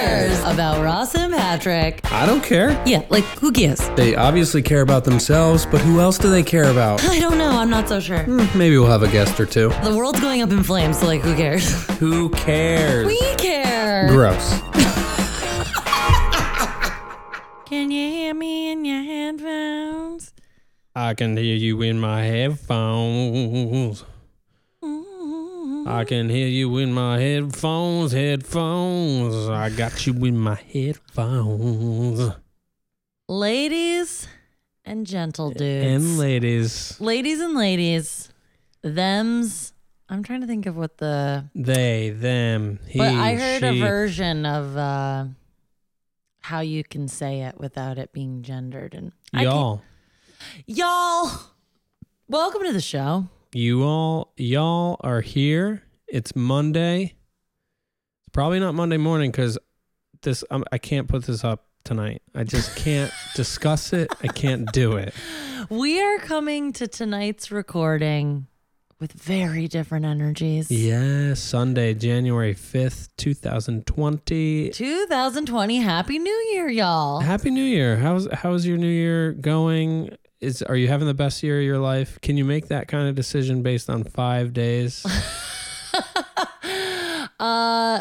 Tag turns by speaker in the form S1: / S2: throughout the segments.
S1: about Ross and Patrick.
S2: I don't care.
S1: Yeah, like who gives?
S2: They obviously care about themselves, but who else do they care about? Hmm,
S1: I don't know. I'm not so sure.
S2: Maybe we'll have a guest or two.
S1: The world's going up in flames, so like who cares?
S2: Who cares?
S1: We care.
S2: Gross.
S1: Can you hear me in your headphones?
S2: I can hear you in my headphones.
S1: Mm-hmm.
S2: I can hear you in my headphones, headphones. I got you in my headphones.
S1: Ladies and gentle dudes.
S2: And ladies,
S1: ladies and ladies. Them's I'm trying to think of what the
S2: they, them, he,
S1: But I heard a
S2: she.
S1: version of uh how you can say it without it being gendered and I can't-
S2: y'all,
S1: y'all welcome to the show
S2: you all, y'all are here. It's Monday. It's probably not Monday morning because this I'm, I can't put this up tonight. I just can't discuss it. I can't do it.
S1: we are coming to tonight's recording with very different energies
S2: Yeah, Sunday, January 5th, 2020.
S1: 2020 happy new year y'all
S2: Happy New Year. How's how's your new year going? Is are you having the best year of your life? Can you make that kind of decision based on 5 days?
S1: uh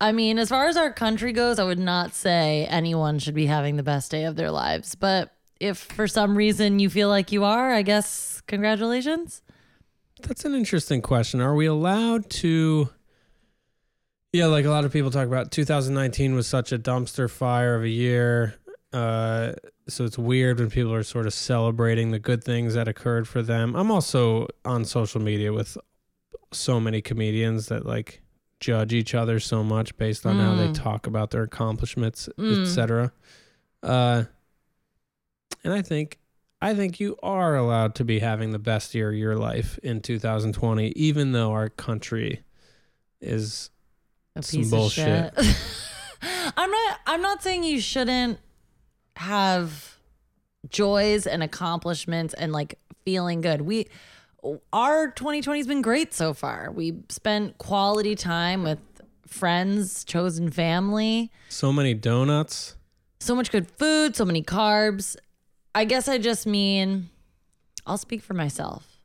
S1: i mean as far as our country goes i would not say anyone should be having the best day of their lives but if for some reason you feel like you are i guess congratulations
S2: That's an interesting question. Are we allowed to Yeah, like a lot of people talk about 2019 was such a dumpster fire of a year. Uh, so it's weird when people are sort of celebrating the good things that occurred for them. I'm also on social media with so many comedians that like judge each other so much based on how they
S1: Mm.
S2: talk about their accomplishments,
S1: Mm.
S2: etc. Uh, and I think I think you are allowed to be having the best year of your life in 2020, even though our country is
S1: a
S2: Some
S1: piece
S2: bullshit.
S1: of shit. I'm not I'm not saying you shouldn't have joys and accomplishments and like feeling good. We our 2020 has been great so far. We spent quality time with friends, chosen family,
S2: so many donuts.
S1: so much good food, so many carbs. I guess I just mean I'll speak for myself.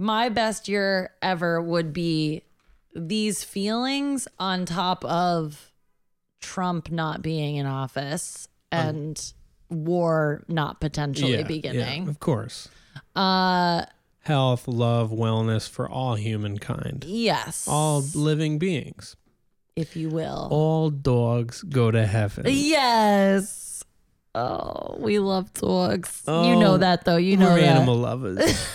S1: My best year ever would be these feelings on top of Trump not being in office
S2: Um,
S1: and war not potentially beginning.
S2: of course.
S1: Uh
S2: Health, love, wellness for all humankind,
S1: yes.
S2: all living beings.
S1: if you will.
S2: All dogs go to heaven.
S1: Yes. Oh, we love dogs. you
S2: Oh,
S1: know that though. You know
S2: We're
S1: that.
S2: animal lovers.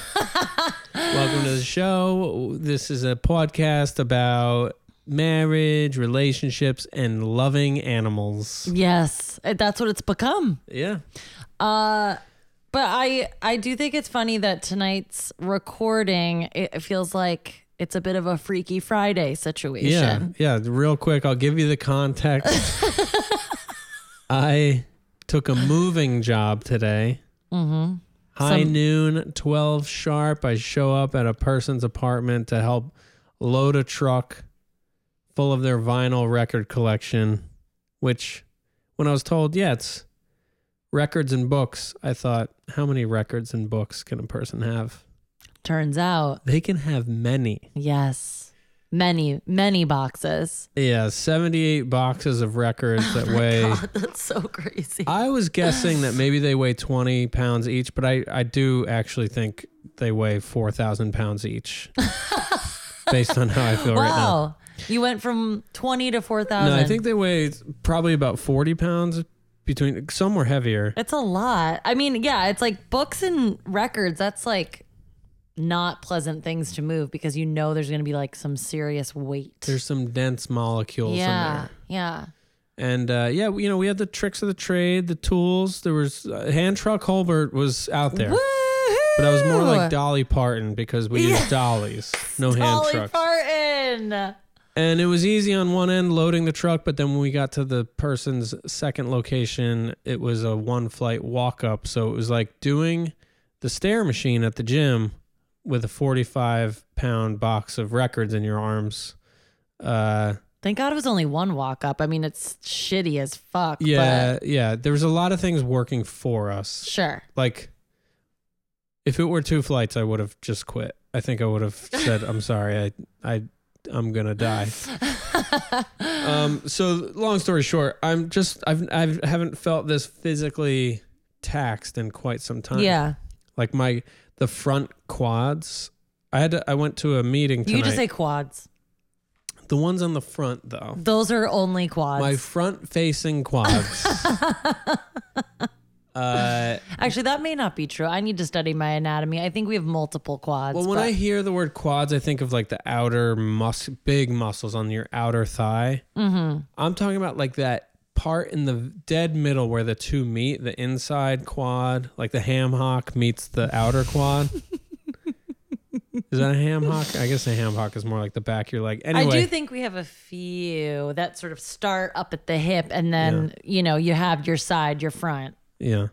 S2: Welcome to the show. This is a podcast about marriage, relationships, and loving animals.
S1: Yes. That's what it's become.
S2: Yeah.
S1: Uh, but I I do think it's funny that tonight's recording it it feels like it's a bit of a Freaky Friday
S2: Yeah.
S1: situation.
S2: Yeah. Real quick, I'll give you the context. I took a moving job today.
S1: Mm-hmm.
S2: High
S1: Some-
S2: noon, 12 sharp. I show up at a person's apartment to help load a truck full of their vinyl record collection, which when I was told, yeah, it's records and books, I thought, how many records and books can a person have?
S1: Turns out,
S2: They can have many.
S1: yes, many many boxes.
S2: Yeah, 78 boxes of records that weigh.
S1: God, that's so crazy.
S2: I was guessing that maybe they weigh 20 pounds each, but I, I do actually think they weigh 4,000 pounds each based on how I feel right now.
S1: wow, you went from twenty to four thousand.
S2: No, I think they weigh probably about 40 pounds between, some were heavier.
S1: it's a lot. I mean, yeah, it's like books and records. That's like not pleasant things to move because you know there's going to be like some serious weight.
S2: There's some dense molecules in
S1: yeah,
S2: there.
S1: yeah.
S2: And uh, yeah, you know, we had the tricks of the trade, the tools. There was uh, hand truck Holbert was out there. But I was more like Dolly Parton because we used dollies, no hand
S1: Dolly
S2: trucks.
S1: Parton.
S2: And it was easy on one end loading the truck, but then when we got to the person's second location, it was a one flight walk up. So it was like doing the stair machine at the gym with a 45 pound box of records in your arms. Uh,
S1: Thank God it was only one walk up. I mean, it's shitty as fuck.
S2: Yeah, yeah. There was a lot of things working for
S1: But
S2: us.
S1: sure.
S2: Like, if it were two flights, I would have just quit. I think I would have said, "I'm sorry, I, I, I'm gonna die." um. So, long story short, I'm just I've I've haven't felt this physically taxed in quite some time.
S1: yeah.
S2: Like my the front quads. I had to, I went to a meeting
S1: You
S2: tonight.
S1: could just say quads.
S2: the ones on the front though.
S1: Those are only quads.
S2: My front facing quads. uh,
S1: Actually, that may not be true. I need to study my anatomy. I think we have multiple quads.
S2: well, when
S1: but-
S2: I hear the word quads, I think of like the outer mus- big muscles on your outer thigh.
S1: Mm-hmm.
S2: I'm talking about like that part in the dead middle where the two meet, the inside quad, like the ham hock meets the outer quad. is that a ham hock? I guess a ham hock is more like the back of your leg. Anyway,
S1: I do think we have a few that sort of start up at the hip and then, you know, you have your side, your front.
S2: Yeah.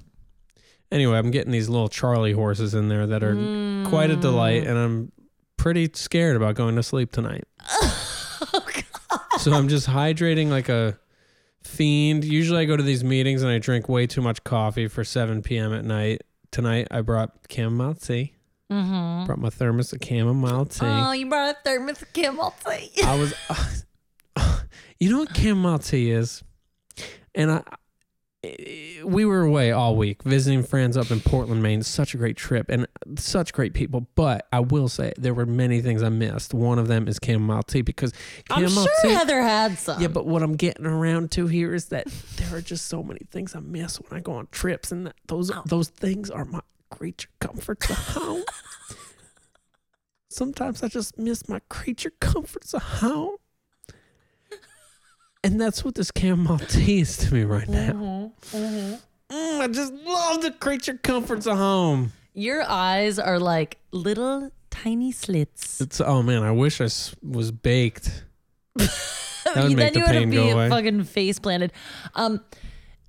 S2: Anyway, I'm getting these little Charlie horses in there that are quite a
S1: Mm.
S2: delight, and I'm pretty scared about going to sleep tonight.
S1: Oh,
S2: So I'm just hydrating like a fiend. Usually I go to these meetings and I drink way too much coffee for 7 p.m. at night. Tonight I brought chamomile tea. Mm-hmm. Brought my thermos of chamomile tea.
S1: Oh, you brought a thermos of Kimmel tea.
S2: I was, you know what chamomile tea is, and I, we were away all week visiting friends up in Portland, Maine. Such a great trip and such great people. But I will say there were many things I missed. One of them is chamomile tea because
S1: I'm
S2: chamomile
S1: sure
S2: tea.
S1: Heather had some.
S2: yeah, but what I'm getting around to here is that there are just so many things I miss when I go on trips, and that those those things are my creature comforts of home. Sometimes I just miss my creature comforts of home. And that's what this chamomile tea is to me right now.
S1: Mm-hmm,
S2: Mm, I just love the creature comforts of home.
S1: Your eyes are like little tiny slits.
S2: It's oh man, I wish I s- was baked. that would make
S1: then
S2: the
S1: you would
S2: pain
S1: be
S2: go away.
S1: fucking face planted. Um,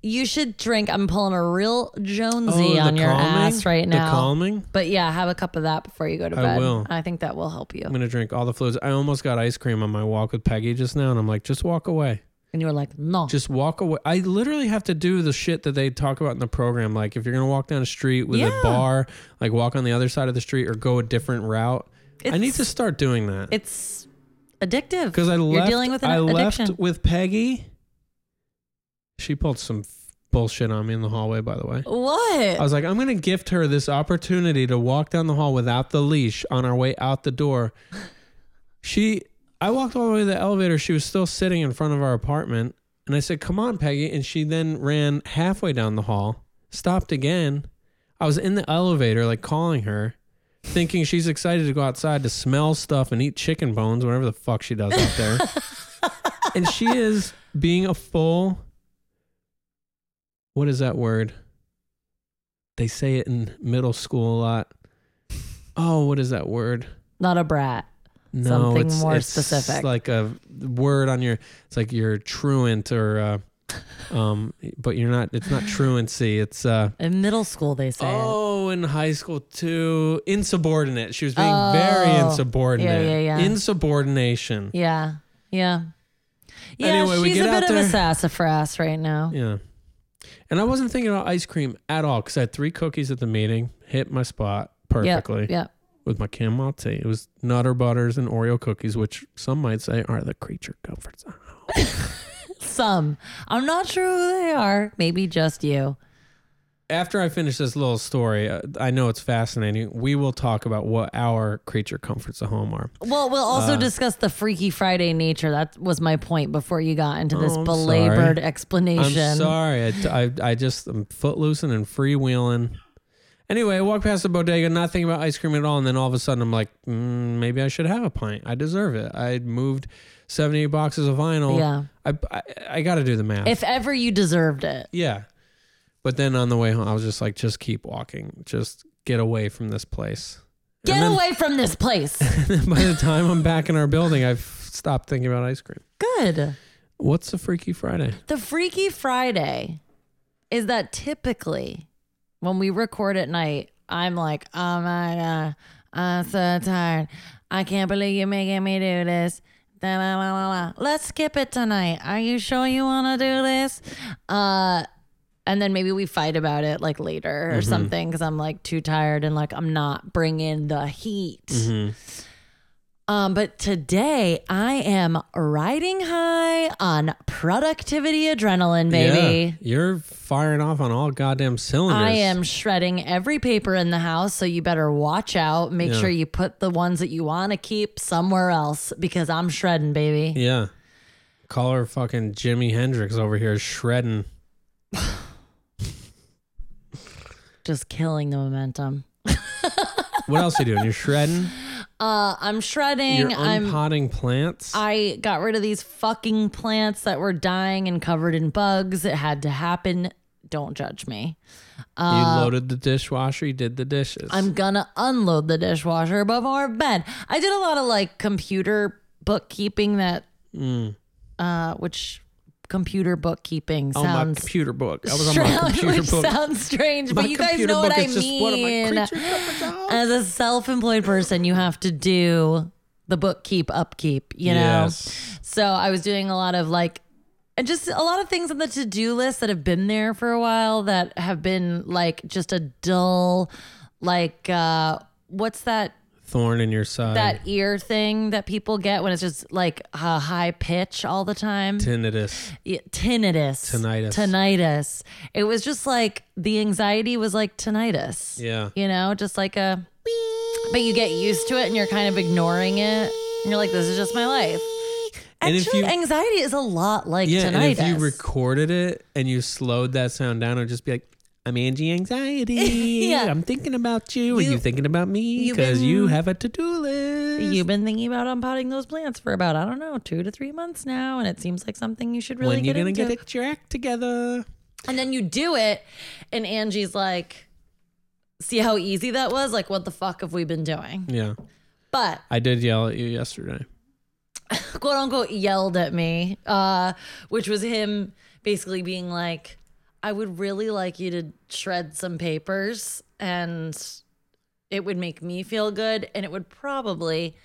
S1: you should drink. I'm pulling a real Jonesy
S2: Oh, the
S1: on your
S2: calming?
S1: ass right
S2: The
S1: now.
S2: calming?
S1: But yeah, have a cup of that before you go to
S2: I
S1: bed.
S2: will.
S1: I think that will help you.
S2: I'm gonna drink all the fluids. I almost got ice cream on my walk with Peggy just now, and I'm like, just walk away.
S1: And you were like, no.
S2: Just walk away. I literally have to do the shit that they talk about in the program. Like if you're gonna walk down a street with
S1: Yeah.
S2: a bar, like walk on the other side of the street or go a different route. I need
S1: It's-
S2: to start doing that
S1: it's addictive.
S2: because I left.
S1: You're dealing with an
S2: I
S1: addiction.
S2: left with Peggy. She pulled some f- bullshit on me in the hallway. By the way,
S1: what?
S2: I was like, I'm going to gift her this opportunity to walk down the hall without the leash on our way out the door. She, I walked all the way to the elevator. She was still sitting in front of our apartment. And I said, Come on, Peggy. And she then ran halfway down the hall, stopped again. I was in the elevator, like calling her, thinking she's excited to go outside to smell stuff and eat chicken bones, whatever the fuck she does out there. and she is being a full, what is that word? they say it in middle school a lot. Oh, what is that word?
S1: Not a brat.
S2: No,
S1: Something
S2: it's,
S1: more
S2: it's
S1: specific.
S2: Like a word on your. It's like you're truant or, uh, um, but you're not. It's not truancy. It's uh.
S1: In middle school, they say. it.
S2: Oh, in high school too, insubordinate. She was being very
S1: Oh.
S2: insubordinate.
S1: Yeah, yeah, yeah.
S2: Insubordination.
S1: Yeah. Yeah. Yeah,
S2: Anyway, we
S1: she's
S2: get
S1: a bit
S2: out
S1: of a
S2: there.
S1: sassafras right now.
S2: Yeah. And I wasn't thinking about ice cream at all because I had three cookies at the meeting. Hit my spot perfectly.
S1: Yep. Yep.
S2: with my chamomile tea. It was Nutter Butters and Oreo cookies, which some might say are the creature comforts.
S1: Some. I'm not sure who they are. Maybe just you.
S2: After I finish this little story, uh, I know it's fascinating. We will talk about what our creature comforts at home are.
S1: Well, we'll
S2: Uh,
S1: also discuss the Freaky Friday nature. That was my point before you got into this
S2: Oh, I'm
S1: belabored
S2: sorry.
S1: explanation.
S2: I'm sorry. I, I, I just am footloosing and freewheeling. Anyway, I walk past the bodega, not thinking about ice cream at all, and then all of a sudden I'm like, mm, maybe I should have a pint. I deserve it. I moved 70 boxes of vinyl.
S1: Yeah.
S2: I I, I got to do the math.
S1: If ever you deserved it.
S2: Yeah. But then on the way home, I was just like, just keep walking. Just get away from this place.
S1: Get
S2: and then,
S1: away from this place.
S2: by the time I'm back in our building, I've stopped thinking about ice cream.
S1: Good.
S2: What's a Freaky Friday?
S1: The Freaky Friday is that typically when we record at night, I'm like, oh my God, I'm so tired. I can't believe you're making me do this. Da, la, la, la, la. Let's skip it tonight. Are you sure you want to do this? Uh, and then maybe we fight about it like later or something because I'm like too tired and like I'm not bringing the heat. Um, but today I am riding high on productivity adrenaline, baby.
S2: Yeah, you're firing off on all goddamn cylinders.
S1: I am shredding every paper in the house, so you better watch out. Make
S2: Yeah.
S1: sure you put the ones that you want to keep somewhere else because I'm shredding, baby.
S2: Yeah. Call her fucking Jimi Hendrix over here shredding.
S1: Just killing the momentum.
S2: What else are you doing? You're shredding.
S1: Uh, I'm
S2: You're
S1: shredding. I'm
S2: unpotting plants.
S1: I got rid of these fucking plants that were dying and covered in bugs. It had to happen. Don't judge me.
S2: you loaded the dishwasher. You did the dishes.
S1: Uh, I'm gonna unload the dishwasher before bed. I did a lot of like computer bookkeeping that
S2: Mm.
S1: uh which computer bookkeeping
S2: on Oh, my
S1: sounds
S2: computer book. I was on my computer
S1: which
S2: book.
S1: sounds strange,
S2: My
S1: but you guys
S2: computer
S1: know what
S2: book
S1: I
S2: is just one of my
S1: mean.
S2: creatures of the dog.
S1: As a self-employed person, you have to do the bookkeep upkeep, you know.
S2: Yes.
S1: So I was doing a lot of like and just a lot of things on the to-do list that have been there for a while that have been like just a dull like uh what's that
S2: Thorn in your side.
S1: that ear thing that people get when it's just like a high pitch all the time
S2: tinnitus.
S1: yeah, tinnitus
S2: Tinnitus.
S1: tinnitus it was just like the anxiety was like tinnitus
S2: Yeah.
S1: you know just like a but you get used to it and you're kind of ignoring it and you're like this is just my life
S2: And if
S1: actually
S2: you-
S1: anxiety is a lot like
S2: Yeah, and
S1: tinnitus
S2: if you recorded it and you slowed that sound down, it would just be like, I'm Angie Anxiety.
S1: Yeah.
S2: I'm thinking about you, and
S1: You-
S2: you thinking about me
S1: you've
S2: because
S1: been-
S2: you have a to do list.
S1: You've been thinking about unpotting those plants for about, I don't know, two to three months now, and it seems like something you should really
S2: when
S1: get
S2: you're gonna
S1: into.
S2: get it, your act together.
S1: And then you do it, and Angie's like, see how easy that was? Like, what the fuck have we been doing?
S2: Yeah,
S1: But
S2: I did yell at you yesterday.
S1: quote unquote yelled at me, uh, which was him basically being like, I would really like you to shred some papers and it would make me feel good and it would probably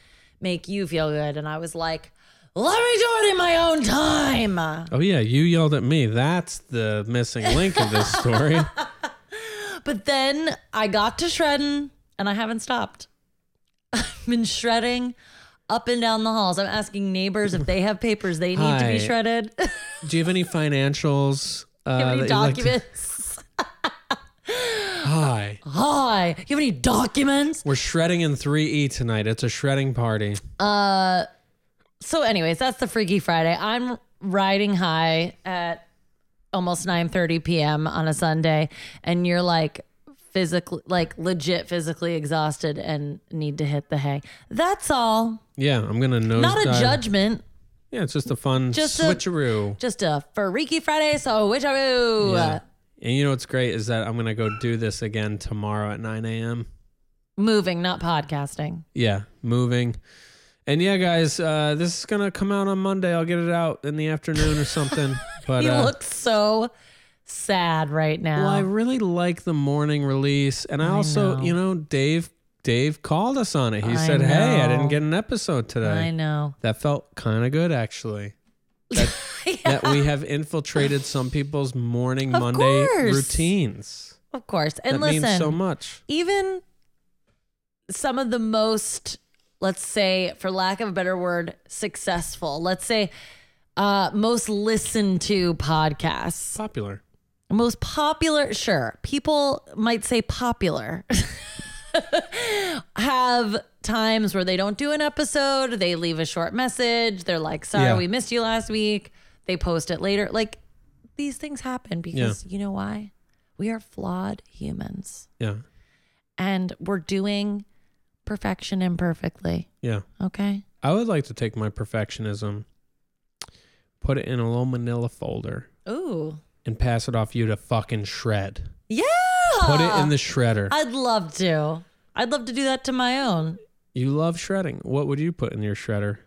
S1: make you feel good. And I was like, let me do it in my own time.
S2: Oh yeah, you yelled at me. That's the missing link of this story.
S1: But then I got to shredding and I haven't stopped. I've been shredding up and down the halls. I'm asking neighbors if they have papers they need to
S2: Hi.
S1: be shredded.
S2: do you have any financials? Uh,
S1: have any
S2: that you'd like to-
S1: documents?
S2: Hi,
S1: Hi, you have any documents?
S2: we're shredding in 3E tonight. It's a shredding party.
S1: So, anyways, that's the Freaky Friday. I'm riding high at almost 9:30 p.m. on a Sunday, and you're like physically, like legit physically exhausted and need to hit the hay. That's all.
S2: Yeah, I'm gonna nose.
S1: Not a
S2: dive.
S1: judgment,
S2: Yeah, it's just a fun
S1: Just a-
S2: switcheroo.
S1: just a Freaky Friday. So, which are
S2: Yeah. And you know what's great is that I'm gonna go do this again tomorrow at 9 a.m.
S1: moving, not podcasting.
S2: Yeah, moving. And yeah, guys, uh, this is gonna come out on Monday. I'll get it out in the afternoon or something. But
S1: He
S2: uh,
S1: looks so sad right now.
S2: well, I really like the morning release, and I also,
S1: know.
S2: you know, Dave Dave called us on it. He
S1: I
S2: said, "Hey, I
S1: know.
S2: didn't get an episode today."
S1: I know.
S2: That felt kind of good, actually. That, that we have infiltrated some people's morning
S1: Of
S2: Monday
S1: course.
S2: routines.
S1: Of course. And
S2: that
S1: listen,
S2: means so much.
S1: even some of the most let's say for lack of a better word successful let's say uh most listened to podcasts
S2: Popular.
S1: most popular sure people might say popular have times where they don't do an episode they leave a short message they're like sorry
S2: Yeah.
S1: we missed you last week they post it later like these things happen because you know why we are flawed humans
S2: Yeah.
S1: and we're doing perfection imperfectly.
S2: Yeah.
S1: Okay.
S2: I would like to take my perfectionism, put it in a little manila folder,
S1: Ooh.
S2: and pass it off you to fucking shred.
S1: Yeah.
S2: Put it
S1: Ah.
S2: in the shredder.
S1: I'd love to. I'd love to do that to my own.
S2: you love shredding. What would you put in your shredder?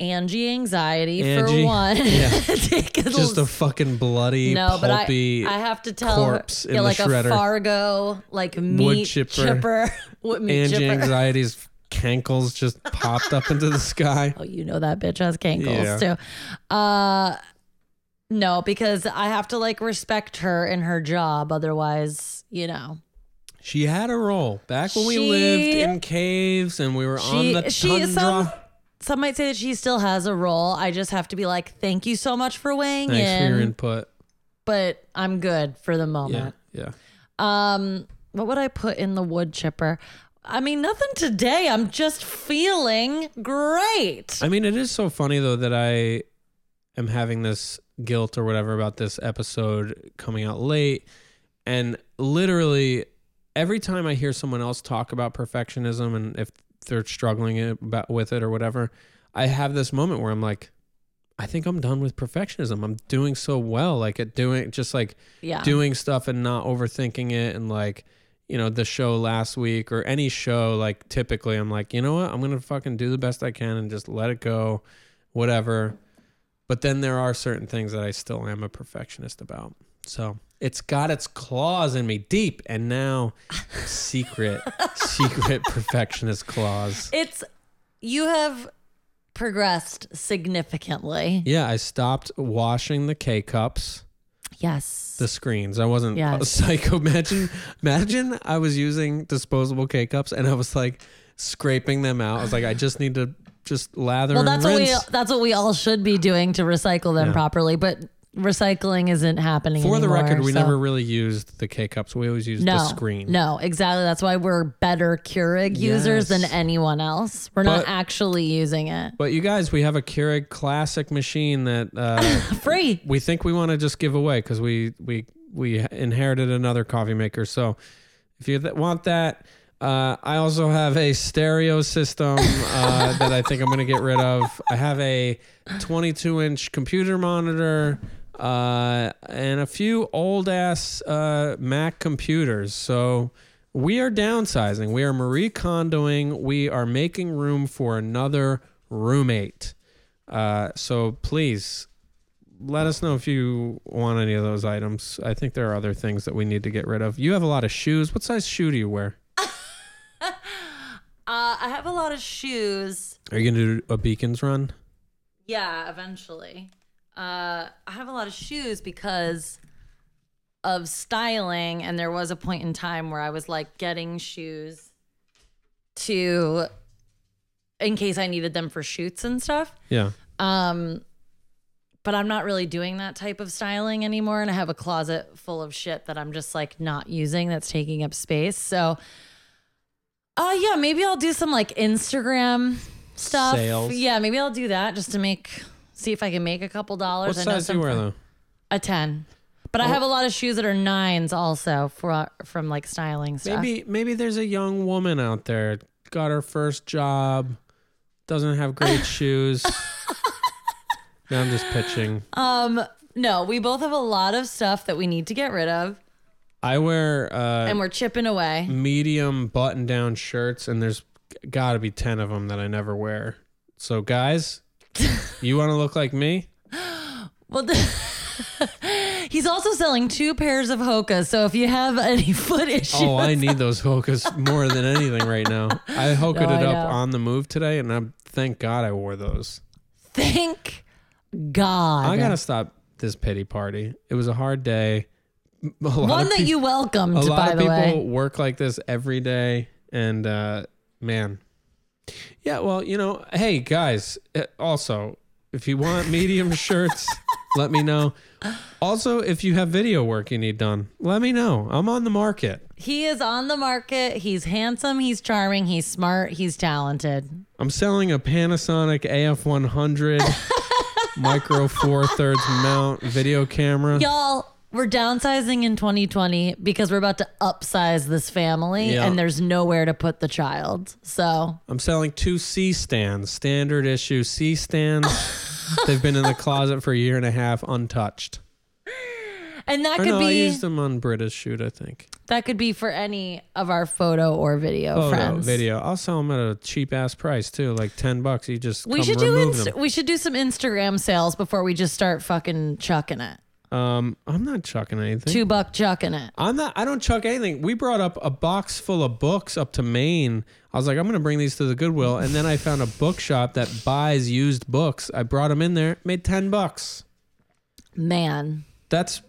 S1: Angie anxiety
S2: Angie.
S1: for one.
S2: Yeah.
S1: Take a
S2: Just
S1: l-
S2: a fucking bloody,
S1: no, but I,
S2: pulpy.
S1: I have to tell
S2: corpse in
S1: yeah,
S2: the
S1: like
S2: shredder.
S1: a Fargo, like meat
S2: chipper.
S1: chipper, What meat
S2: Angie
S1: chipper.
S2: anxiety's cankles just popped up into the sky.
S1: Oh, you know that bitch has cankles
S2: Yeah.
S1: too. Uh no, because I have to like respect her in her job. Otherwise, you know.
S2: She had a role back when we
S1: She-
S2: lived in caves and we were on
S1: She-
S2: the
S1: she
S2: tundra.
S1: is some- Some might say that she still has a role. I just have to be like, thank you so much for weighing
S2: Thanks
S1: in.
S2: for your input.
S1: but I'm good for the
S2: Yeah,
S1: moment.
S2: yeah.
S1: Um, what would I put in the wood chipper? I mean, nothing today. I'm just feeling great.
S2: I mean, it is so funny though that I am having this guilt or whatever about this episode coming out late. And literally every time I hear someone else talk about perfectionism and if they're struggling it- about with it or whatever, I have this moment where I'm like, I think I'm done with perfectionism. I'm doing so well, like at doing just like
S1: yeah.
S2: doing stuff and not overthinking it and like you know the show last week or any show like typically i'm like you know what i'm gonna fucking do the best i can and just let it go whatever but then there are certain things that i still am a perfectionist about so it's got its claws in me deep and now secret secret perfectionist claws
S1: it's you have progressed significantly.
S2: yeah i stopped washing the k-cups
S1: Yes.
S2: the screens. I wasn't a
S1: Yes.
S2: psycho. Imagine, imagine I was using disposable K cups and I was like scraping them out. I was like, I just need to just lather
S1: well,
S2: and
S1: that's what we
S2: rinse.
S1: that's what we all should be doing to recycle them
S2: Yeah.
S1: properly, but recycling isn't happening.
S2: For the
S1: anymore,
S2: record, we
S1: so-
S2: never really used the K cups. We always used
S1: no,
S2: the screen.
S1: No, exactly. That's why we're better Keurig users than
S2: Yes.
S1: anyone else. We're not
S2: But-
S1: actually using it.
S2: But you guys, we have a Keurig classic machine that uh,
S1: Free.
S2: we think we want to just give away because we we we inherited another coffee maker. So if you th- want that. Uh, I also have a stereo system uh, that I think I'm going to get rid of. I have a 22 inch computer monitor uh, and a few old ass uh, Mac computers. So we are downsizing. We are Marie Kondoing. We are making room for another roommate. Uh, so please let us know if you want any of those items. I think there are other things that we need to get rid of. You have a lot of shoes. What size shoe do you wear?
S1: Uh, I have a lot of shoes.
S2: Are you gonna do a Beacons run?
S1: Yeah, eventually. Uh, I have a lot of shoes because of styling, and there was a point in time where I was like getting shoes to, in case I needed them for shoots and stuff.
S2: Yeah.
S1: Um, but I'm not really doing that type of styling anymore, and I have a closet full of shit that I'm just like not using that's taking up space. So, uh, yeah, maybe I'll do some like Instagram stuff.
S2: Sales.
S1: Yeah, maybe I'll do that just to make see if I can make a couple
S2: What
S1: dollars. I know
S2: size do
S1: some-
S2: you wear Oh. though?
S1: A ten. But I have a lot of shoes that are nines also for from like styling stuff.
S2: Maybe maybe there's a young woman out there got her first job, doesn't have great shoes. Now I'm just pitching.
S1: Um, no, we both have a lot of stuff that we need to get rid of,
S2: I wear uh,
S1: and we're chipping away.
S2: medium button down shirts, and there's got to be ten of them that I never wear. So guys, you want to look like me?
S1: Well, the- he's also selling two pairs of Hoka. So if you have any foot issues,
S2: Oh, I need those hokas more than anything right now. I hoked
S1: No,
S2: it
S1: I
S2: up
S1: know.
S2: on the move today, and I'm thank God I wore those.
S1: thank God.
S2: I gotta stop this pity party. It was a hard day. A lot
S1: One
S2: of
S1: that
S2: peop-
S1: you welcomed,
S2: a lot
S1: by
S2: of
S1: the
S2: people
S1: way.
S2: work like this every day, and uh, man, yeah. Well, you know, hey guys. uh, Also, if you want medium shirts, let me know. Also, if you have video work you need done, let me know. I'm on the market.
S1: He is on the market. He's handsome. He's charming. He's smart. He's talented.
S2: I'm selling a Panasonic AF100 micro four thirds mount video camera.
S1: Y'all, we're downsizing in 2020 because we're about to upsize this family
S2: Yeah.
S1: and there's nowhere to put the child. So
S2: I'm selling two C stands, standard issue C stands. They've been in the closet for a year and a half, untouched.
S1: and that
S2: Or
S1: could
S2: no, I
S1: be
S2: used them on British shoot, I think.
S1: that could be for any of our photo or video
S2: Photo,
S1: friends.
S2: video. I'll sell them at a cheap ass price too, like ten bucks. You just
S1: We
S2: come
S1: should do
S2: remove
S1: inst-
S2: them.
S1: we should do some Instagram sales before we just start fucking chucking it.
S2: Um, I'm not chucking anything.
S1: Two buck chucking it.
S2: I'm not. I don't chuck anything. We brought up a box full of books up to Maine. I was like, I'm gonna bring these to the Goodwill, and then I found a bookshop that buys used books. I brought them in there, made ten bucks.
S1: Man.
S2: That's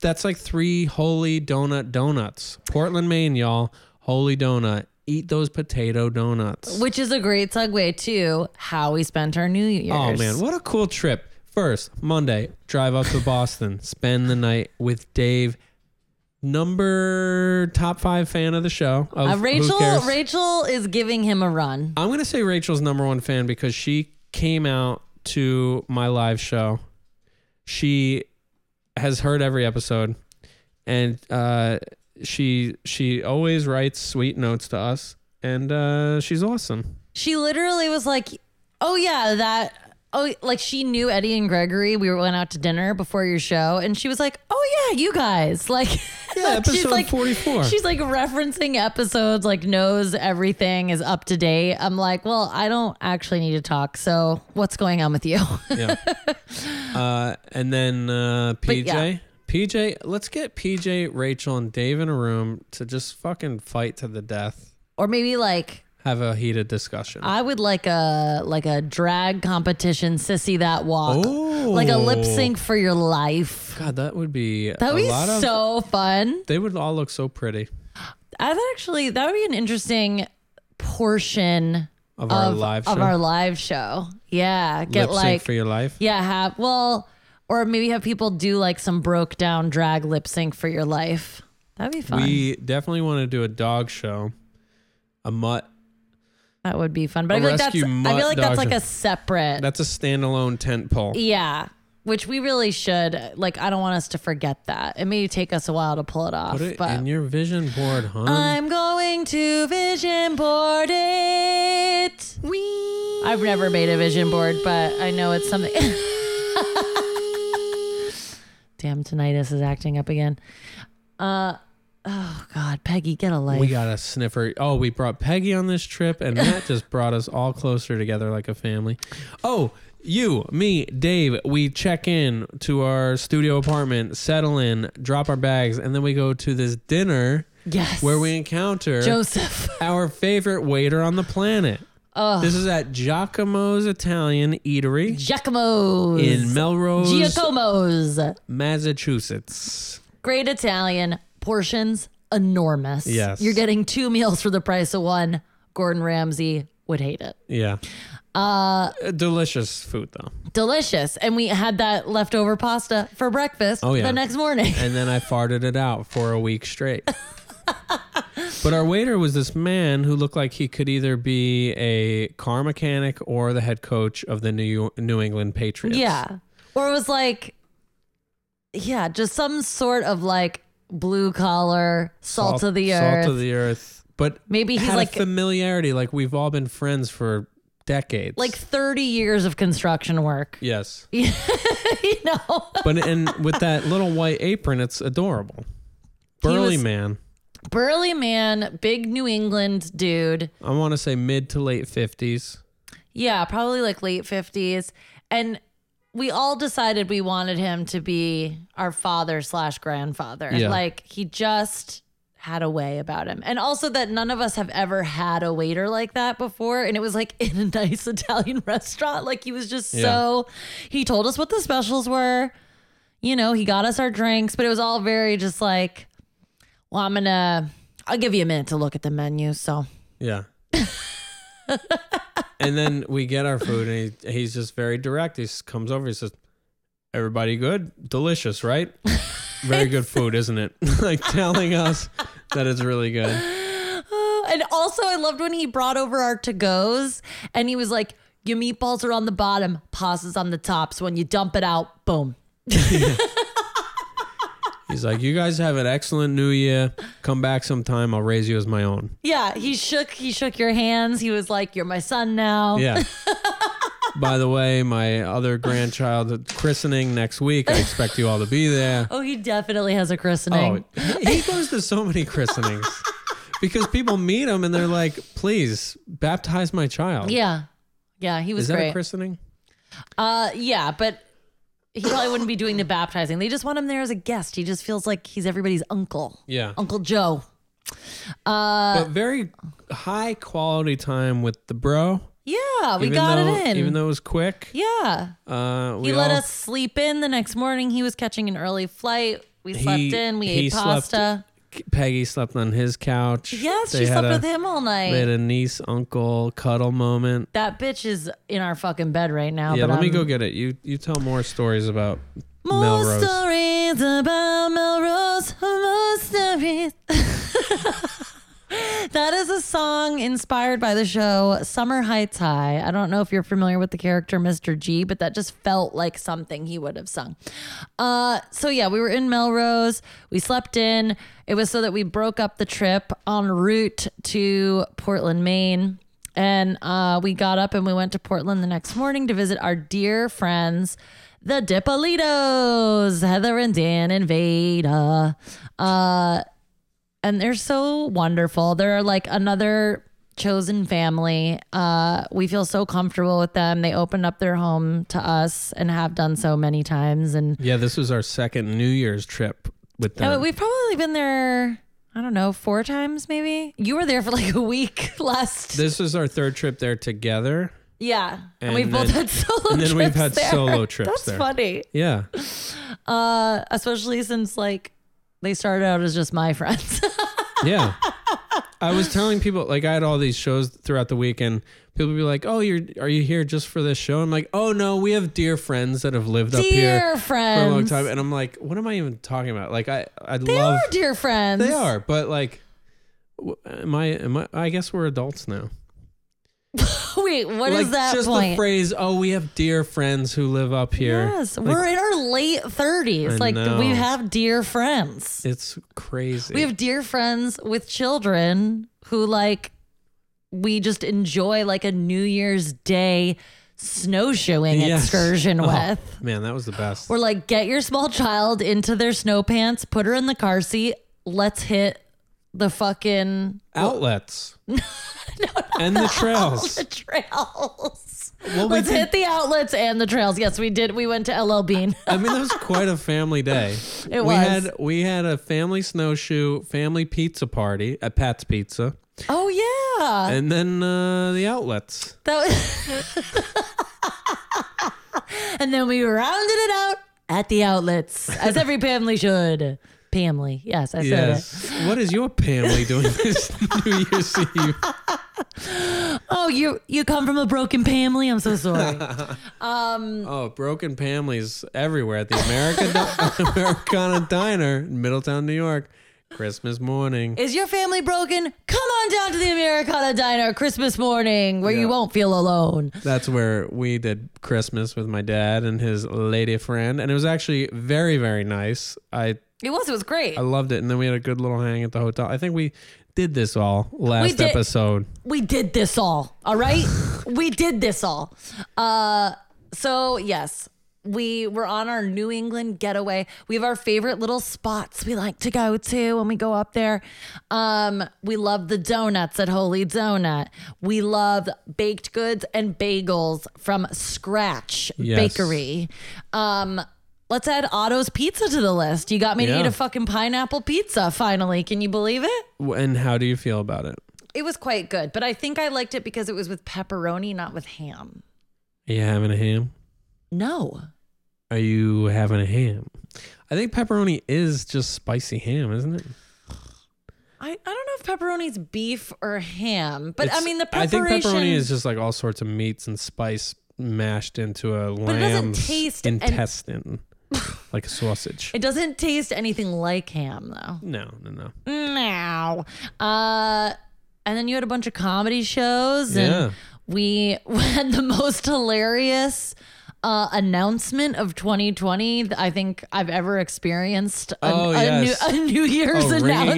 S2: that's like three holy donut donuts. Portland, Maine, y'all. Holy donut. Eat those potato donuts.
S1: Which is a great segue to how we spent our New Year's.
S2: Oh man, what a cool trip. First, Monday, drive up to Boston, spend the night with Dave, number top five fan of the show. of
S1: Uh,
S2: Who
S1: Rachel
S2: Cares.
S1: Rachel is giving him a run.
S2: I'm gonna say Rachel's number one fan because she came out to my live show. She has heard every episode, and uh, she she always writes sweet notes to us, and uh, she's awesome.
S1: She literally was like, "Oh yeah, that oh like she knew Eddie and Gregory. We went out to dinner before your show, and she was like, "Oh yeah, you guys like."
S2: Yeah,
S1: she's
S2: episode
S1: like
S2: 44.
S1: She's like referencing episodes, like knows everything is up to date. I'm like, well, I don't actually need to talk. So what's going on with you?
S2: yeah. Uh, and then uh, PJ.
S1: yeah.
S2: PJ, let's get PJ, Rachel, and Dave in a room to just fucking fight to the death.
S1: or maybe like
S2: Have a heated discussion.
S1: I would like a like a drag competition, sissy that walk,
S2: Oh.
S1: like a lip sync for your life.
S2: God, that would be
S1: That
S2: a
S1: would be
S2: lot of.
S1: so fun.
S2: They would all look so pretty
S1: I've actually that would be an interesting portion of
S2: of our live show.
S1: of our live show. Yeah,
S2: Lip
S1: get
S2: sync
S1: like
S2: for your life.
S1: yeah have well or maybe have people do like some broke down drag lip sync for your life. That'd be fun.
S2: We definitely want to do a dog show, a mutt.
S1: that would be fun. But
S2: a
S1: I feel like that's
S2: rescue
S1: I
S2: mutt
S1: feel like that's
S2: dog
S1: like
S2: show.
S1: a separate.
S2: That's a standalone tent pole.
S1: yeah. Which we really should like. I don't want us to forget that. It may take us a while to pull it off,
S2: Put it
S1: but
S2: in your vision board, huh?
S1: I'm going to vision board it. I've never made a vision board, but I know it's something. Damn, tinnitus is acting up again. Uh, oh God, Peggy, get a life.
S2: we got a sniffer. Oh, we brought Peggy on this trip, and that just brought us all closer together like a family. Oh, you, me, Dave, we check in to our studio apartment, settle in, drop our bags, and then we go to this dinner
S1: yes,
S2: where we encounter
S1: Joseph.
S2: our favorite waiter on the planet. This is at Giacomo's Italian Eatery
S1: Giacomo's.
S2: in Melrose,
S1: Giacomo's.
S2: Massachusetts.
S1: Great Italian. Portions enormous.
S2: Yes.
S1: You're getting two meals for the price of one. Gordon Ramsay would hate it.
S2: Yeah. Uh, Delicious food, though.
S1: Delicious. And we had that leftover pasta for breakfast
S2: Oh, yeah.
S1: the next morning.
S2: And then I farted it out for a week straight. but our waiter was this man who looked like he could either be a car mechanic or the head coach of the New, New England Patriots.
S1: Yeah. Or it was like, yeah, just some sort of like blue collar, salt, of the earth.
S2: Salt of the earth. But
S1: Maybe he's
S2: had
S1: like-
S2: a familiarity, like we've all been friends for decades.
S1: like 30 years of construction work,
S2: yes.
S1: you know?
S2: but and with that little white apron, it's adorable. Burly
S1: was-
S2: man.
S1: Burly man, big New England dude.
S2: I want to say mid to late fifties.
S1: Yeah, probably like late 50s. And we all decided we wanted him to be our father slash grandfather.
S2: Yeah.
S1: Like he just had a way about him. And also that none of us have ever had a waiter like that before. And it was like in a nice Italian restaurant. Like he was just so, he told us what the specials were. You know, he got us our drinks, but it was all very just like, well, I'm going to, I'll give you a minute to look at the menu. So
S2: Yeah. and then we get our food, and he, he's just very direct. He s- comes over, he says, "Everybody good, delicious, right? Very good food, isn't it?" like telling us that it's really good.
S1: And also, I loved when he brought over our to goes and he was like, Your meatballs are on the bottom, pasta's on the top. So when you dump it out, boom.
S2: He's like, "You guys have an excellent New Year. Come back sometime. I'll raise you as my own."
S1: Yeah, he shook he shook your hands. He was like, You're my son now.
S2: Yeah. By the way, my other grandchild christening next week. I expect you all to be there.
S1: Oh, he definitely has a christening.
S2: Oh, he goes to so many christenings because people meet him and they're like, "Please baptize my child."
S1: Yeah. Yeah, he was
S2: Is that
S1: great.
S2: a christening?
S1: uh yeah, but he probably wouldn't be doing the baptizing. They just want him there as a guest. He just feels like he's everybody's uncle.
S2: Yeah.
S1: Uncle Joe.
S2: but very high quality time with the bro.
S1: Yeah, we
S2: Even
S1: got
S2: though,
S1: it in.
S2: Even though it was quick.
S1: yeah.
S2: Uh, we
S1: He let
S2: all-
S1: us sleep in the next morning. He was catching an early flight. We
S2: He-
S1: slept in. We
S2: he
S1: ate
S2: slept-
S1: pasta.
S2: Peggy slept on his couch.
S1: Yes,
S2: They
S1: she slept
S2: had a-
S1: with him all
S2: They had
S1: night.
S2: a niece uncle cuddle moment.
S1: That bitch is in our fucking bed right now.
S2: Yeah,
S1: but um,
S2: let me
S1: I'm-
S2: go get it. You you tell more stories about
S1: More
S2: Melrose.
S1: stories about Melrose. More stories. that is a song inspired by the show Summer Heights High. I don't know if you're familiar with the character Mr. G, but that just felt like something he would have sung. Uh, so yeah, we were in Melrose. We slept in. It was so that we broke up the trip en route to Portland, Maine. And uh, we got up and we went to Portland the next morning to visit our dear friends, the Dipolitos, Heather and Dan and Veda. Uh, and they're so wonderful. They're like another chosen family. Uh, we feel so comfortable with them. They opened up their home to us and have done so many times. And
S2: Yeah, this was our second New Year's trip with them.
S1: yeah, but we've probably been there, I don't know, four times maybe. You were there for like a week last.
S2: this is our third trip there together.
S1: yeah. And,
S2: And
S1: we've both
S2: then-
S1: had solo
S2: and then
S1: trips.
S2: we've had
S1: there.
S2: solo trips
S1: That's
S2: there.
S1: funny.
S2: Yeah.
S1: Uh, especially since like they started out as just my friends.
S2: Yeah. I was telling people like I had all these shows throughout the week and people would be like, "Oh, you're are you here just for this show?" I'm like, "Oh no, we have dear friends that have lived up here
S1: dear
S2: for a
S1: friends.
S2: long time." And I'm like, "What am I even talking about?" Like I I
S1: They
S2: love
S1: are dear friends.
S2: They are, but like w- am I am I I guess we're adults now.
S1: Wait, what is
S2: like
S1: that
S2: just
S1: point?
S2: the phrase, "Oh, we have dear friends who live up here."
S1: yes, we're in our late
S2: I
S1: thirties. Like
S2: know.
S1: we have dear friends.
S2: It's crazy.
S1: We have dear friends with children who like we just enjoy like a New Year's Day snowshoeing
S2: Yes.
S1: excursion
S2: Oh,
S1: with.
S2: Man, that was the best.
S1: We're like, get your small child into their snow pants, put her in the car seat, let's hit the fucking
S2: outlets. and the trails.
S1: the trails.
S2: Well, we
S1: let's
S2: did-
S1: hit the outlets and the trails. Yes, we did. We went to LL Bean.
S2: I mean, that was quite a family day.
S1: It
S2: we
S1: was.
S2: Had, we had a family snowshoe, family pizza party at Pat's Pizza,
S1: oh yeah,
S2: and then uh, the outlets.
S1: that was. and then we rounded it out at the outlets, as every family should. Family, yes, I said it.
S2: Yes. What is your family doing this New Year's Eve?
S1: Oh, you you come from a broken family. I'm so sorry.
S2: Oh, broken families everywhere at the America Di- Americana Diner in Middletown, New York, Christmas morning.
S1: Is your family broken? Come on down to the Americana Diner Christmas morning, where
S2: Yeah.
S1: you won't feel alone.
S2: That's where we did Christmas with my dad and his lady friend, and it was actually very, very nice. I
S1: It was. It was great.
S2: I loved it. And then we had a good little hang at the hotel. I think we did this all last
S1: did.
S2: episode.
S1: we did this all. All right, we did this all. Uh, so yes, we were on our New England getaway. We have our favorite little spots we like to go to when we go up there. Um, we love the donuts at Holy Donut. We love baked goods and bagels from Scratch
S2: Yes.
S1: Bakery. Um. Let's add Otto's Pizza to the list. You got me to
S2: Yeah.
S1: eat a fucking pineapple pizza finally. Can you believe it?
S2: W- And how do you feel about it?
S1: It was quite good, but I think I liked it because it was with pepperoni, not with ham.
S2: Are you having a ham?
S1: No.
S2: Are you having a ham? I think pepperoni is just spicy ham, isn't it?
S1: I, I don't know if pepperoni's beef or ham, but I
S2: It's-
S1: mean the
S2: I
S1: preparation.
S2: think pepperoni is just like all sorts of meats and spice mashed into a
S1: it doesn't
S2: lamb's
S1: taste and-
S2: intestine, like a sausage.
S1: it doesn't taste anything like ham though.
S2: no, no, no.
S1: No. Uh and then you had a bunch of comedy shows
S2: Yeah.
S1: and we had the most hilarious uh, announcement of 2020 that I think I've ever experienced. A,
S2: Oh,
S1: a
S2: yes.
S1: new, a new Year's
S2: Oh,
S1: announcement.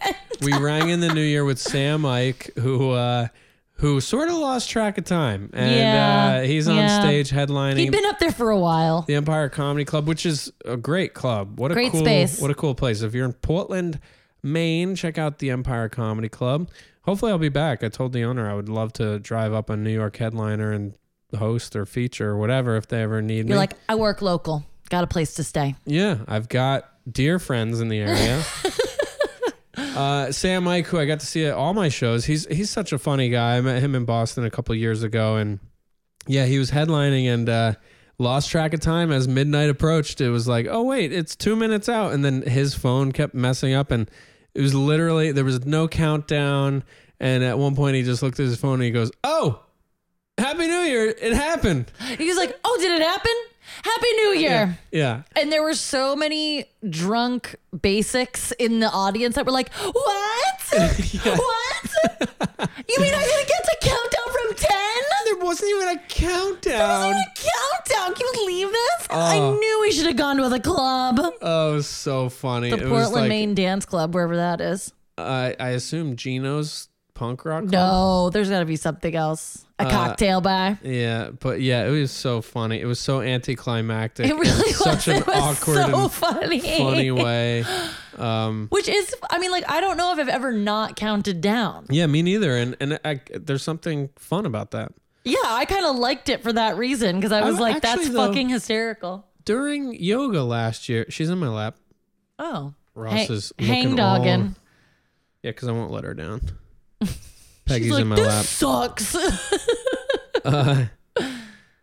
S2: ringing in, we rang in the new year with Sam Ike, who uh, who sort of lost track of time, and
S1: Yeah,
S2: uh, he's on
S1: yeah.
S2: stage headlining
S1: He'd been up there for a while.
S2: the Empire Comedy Club, which is a great club. What a
S1: Great
S2: cool,
S1: space.
S2: What a cool place. If you're in Portland, Maine, check out the Empire Comedy Club. Hopefully, I'll be back. I told the owner I would love to drive up a New York headliner and host or feature or whatever if they ever need
S1: You're
S2: me.
S1: like, I work local. Got a place to stay.
S2: Yeah, I've got dear friends in the area. uh, Sam Ike, who I got to see at all my shows, he's he's such a funny guy. I met him in Boston a couple years ago, and yeah, he was headlining and uh, lost track of time as midnight approached. It was like, oh wait, it's two minutes out, and then his phone kept messing up, and it was literally there was no countdown. And at one point, he just looked at his phone and he goes, "Oh, Happy New Year! It happened."
S1: He was like, "Oh, did it happen? Happy New Year!"
S2: Yeah.
S1: And there were so many drunk basics in the audience that were like, "What? What? you mean I didn't get to count down from ten?
S2: There wasn't even a
S1: There
S2: countdown.
S1: wasn't a countdown. Can you believe this? I
S2: Oh.
S1: knew we should have gone to the club, the
S2: Oh, it was so funny. it was
S1: Portland,
S2: like,
S1: Maine Dance Club, wherever that is.
S2: I I assume Gino's punk rock. club?
S1: No, there's got to be something else.
S2: Uh,
S1: A cocktail bar.
S2: Yeah, but yeah, it was so funny. It was so anticlimactic.
S1: It
S2: in
S1: really was.
S2: such an
S1: it was
S2: awkward
S1: so
S2: and
S1: funny.
S2: funny way.
S1: Which is, I mean, like I don't know if I've ever not counted down.
S2: Yeah, me neither. And and I, there's something fun about that.
S1: Yeah, I kind of liked it for that reason because I was
S2: I-
S1: like,
S2: actually,
S1: that's
S2: though-
S1: fucking hysterical.
S2: During yoga last year, she's in my lap.
S1: Oh,
S2: Ross is looking
S1: hang dogging.
S2: all- Yeah, because I won't let her down. Peggy's
S1: She's like,
S2: in my
S1: this
S2: lap.
S1: sucks.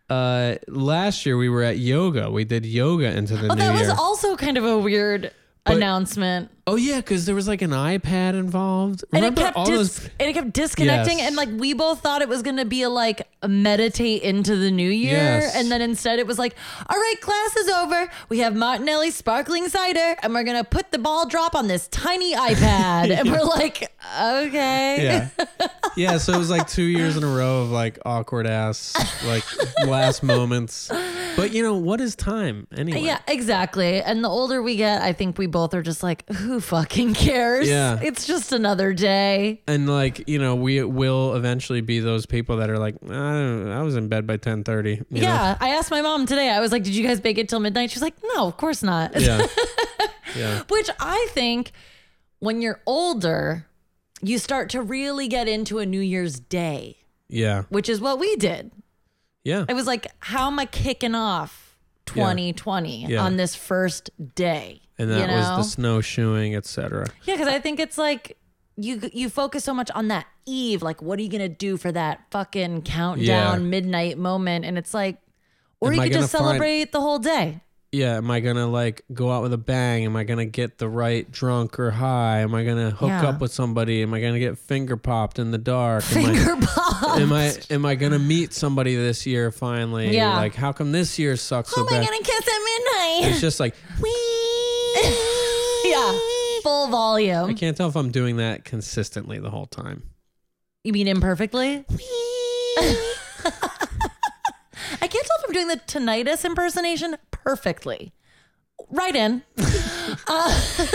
S2: Uh, last year we were at yoga. We did yoga into the
S1: But
S2: new
S1: Oh, that
S2: year.
S1: was also kind of a weird announcement,
S2: oh yeah, because there was like an iPad involved.
S1: and
S2: Remember
S1: it kept
S2: all
S1: dis-
S2: those?
S1: and it kept disconnecting,
S2: Yes.
S1: and like we both thought it was gonna be a, like a meditate into the new year,
S2: Yes.
S1: and then instead it was like, all right, class is over. We have Martinelli sparkling cider, and we're gonna put the ball drop on this tiny iPad, and we're like, okay,
S2: Yeah. Yeah, so it was like two years in a row of like awkward ass, like last moments. But you know, what is time anyway?
S1: Yeah, exactly. And the older we get, I think we both are just like, who fucking cares?
S2: Yeah.
S1: It's just another day.
S2: And like, you know, we will eventually be those people that are like, I, don't know, I was in bed by 1030. You Know?
S1: Yeah. I asked my mom today, I was like, did you guys bake it till midnight? She's like, no, of course not.
S2: Yeah. Yeah.
S1: Which I think when you're older, you start to really get into a New Year's Day,
S2: Yeah.
S1: which is what we did.
S2: Yeah.
S1: It was like, how am I kicking off 2020
S2: Yeah.
S1: on this first day?
S2: And that was the snowshoeing, et cetera.
S1: Yeah, because I think it's like you you focus so much on that eve. Like, what are you gonna do for that fucking countdown
S2: Yeah.
S1: midnight moment? And it's like, or
S2: Am
S1: you
S2: I
S1: could just
S2: gonna find-
S1: celebrate the whole day.
S2: Yeah. Am I going to like go out with a bang? Am I going to get the right drunk or high? Am I going to hook
S1: Yeah.
S2: up with somebody? Am I going to get finger popped in the dark? Am I-
S1: Finger pop.
S2: am I am I gonna meet somebody this year finally?
S1: Yeah. Oh
S2: Like, how come this year sucks
S1: Who
S2: so
S1: am I
S2: bad?
S1: gonna kiss at midnight?
S2: It's just like
S1: yeah, full
S2: I
S1: volume.
S2: can't tell if I'm doing that consistently the whole time.
S1: You mean imperfectly? I can't tell if I'm doing the tinnitus impersonation perfectly. Right in.
S2: Oh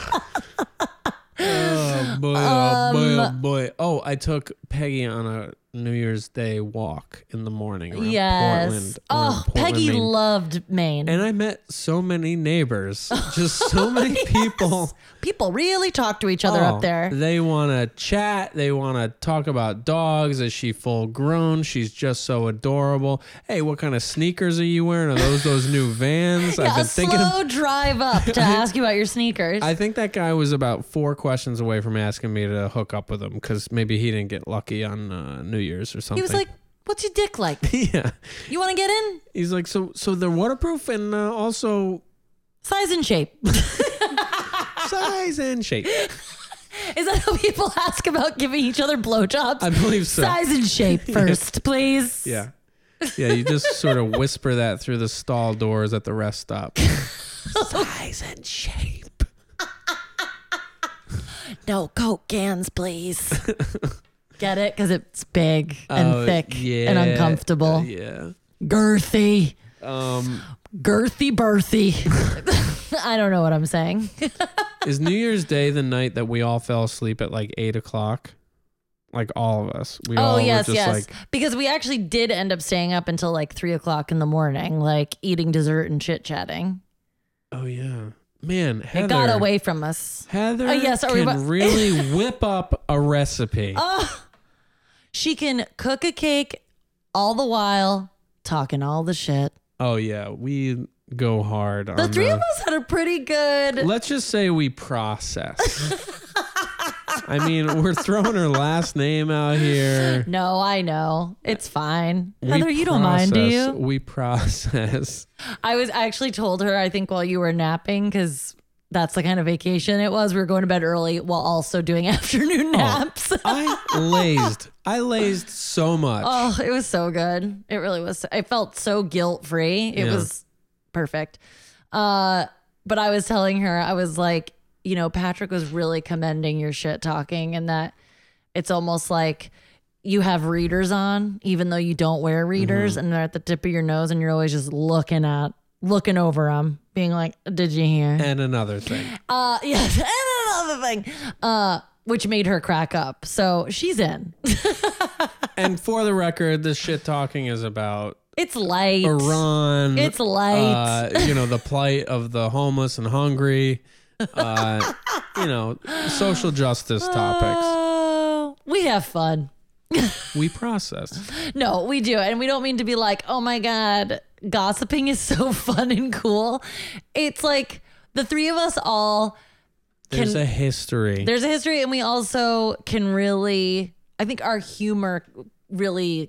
S2: boy! Oh boy!
S1: Um,
S2: Oh boy! Oh, I took Peggy on a New Year's Day walk in the morning. Around
S1: yes.
S2: Portland, around
S1: oh,
S2: Portland,
S1: Peggy
S2: Maine.
S1: loved Maine.
S2: and I met so many neighbors,
S1: Oh
S2: just so many people.
S1: People really talk to each other
S2: Oh,
S1: up there.
S2: They want to chat. They want to talk about dogs. Is she full grown? She's just so adorable. Hey, what kind of sneakers are you wearing? Are those those new Vans? I've
S1: a
S2: been thinking.
S1: slow drive up to ask you about your sneakers.
S2: I think that guy was about four questions away from asking me to hook up with him because maybe he didn't get lucky on uh, New Year's or something.
S1: he was like, "What's your dick like?
S2: yeah.
S1: You want to get in
S2: He's like, so so they're waterproof and uh, also
S1: size and shape?"
S2: size and shape.
S1: Is that how people ask about giving each other blowjobs?
S2: I believe so.
S1: Size and shape first, please.
S2: Yeah. Yeah, you just sort of whisper that through the stall doors at the rest stop.
S1: Size and shape. no Coke cans, please. get it? Because it's big and
S2: Oh,
S1: thick
S2: yeah. Uh,
S1: and uncomfortable,
S2: Yeah.
S1: girthy.
S2: Um,
S1: girthy birthy. I don't know what I'm saying.
S2: is New Year's Day the night that we all fell asleep at like eight o'clock? Like all of us. We all
S1: oh yes,
S2: were just
S1: yes.
S2: like,
S1: because we actually did end up staying up until like three o'clock in the morning, like eating dessert and chit chatting.
S2: oh yeah. Man, Heather.
S1: It got away from us.
S2: Heather
S1: Oh, yes, are we Oh.
S2: can
S1: about-
S2: really whip up a recipe.
S1: She can cook a cake all the while talking all the shit.
S2: Oh yeah, we go hard.
S1: The three of us had a pretty good.
S2: Let's just say we process. I mean, we're throwing her last name out here.
S1: no, I know. It's fine.
S2: We
S1: Heather, you don't mind, do
S2: process-
S1: you?
S2: We process.
S1: I was I actually told her, I think, while you were napping, because that's the kind of vacation it was. We were going to bed early while also doing afternoon naps. Oh.
S2: I lazed. I lazed so much.
S1: Oh, it was so good. It really was. I felt so guilt free. It
S2: Yeah.
S1: was perfect. Uh, but I was telling her, I was like, you know, Patrick was really commending your shit talking, and that it's almost like you have readers on, even though you don't wear readers,
S2: Mm-hmm.
S1: and they're at the tip of your nose, and you're always just looking at, looking over them, being like, "Did you hear?"
S2: And another thing.
S1: Uh, yes, and another thing, uh, which made her crack up. So she's in.
S2: And for the record, this shit talking is about
S1: It's light.
S2: Iran.
S1: It's light.
S2: Uh, you know, the plight of the homeless and hungry. Uh, you know, social justice topics.
S1: Oh, we have fun.
S2: We process.
S1: No, we do, and we don't mean to be like, oh my god, gossiping is so fun and cool. It's like the three of us all
S2: There's
S1: Can-
S2: a history.
S1: there's a history and we also can really i think our humor really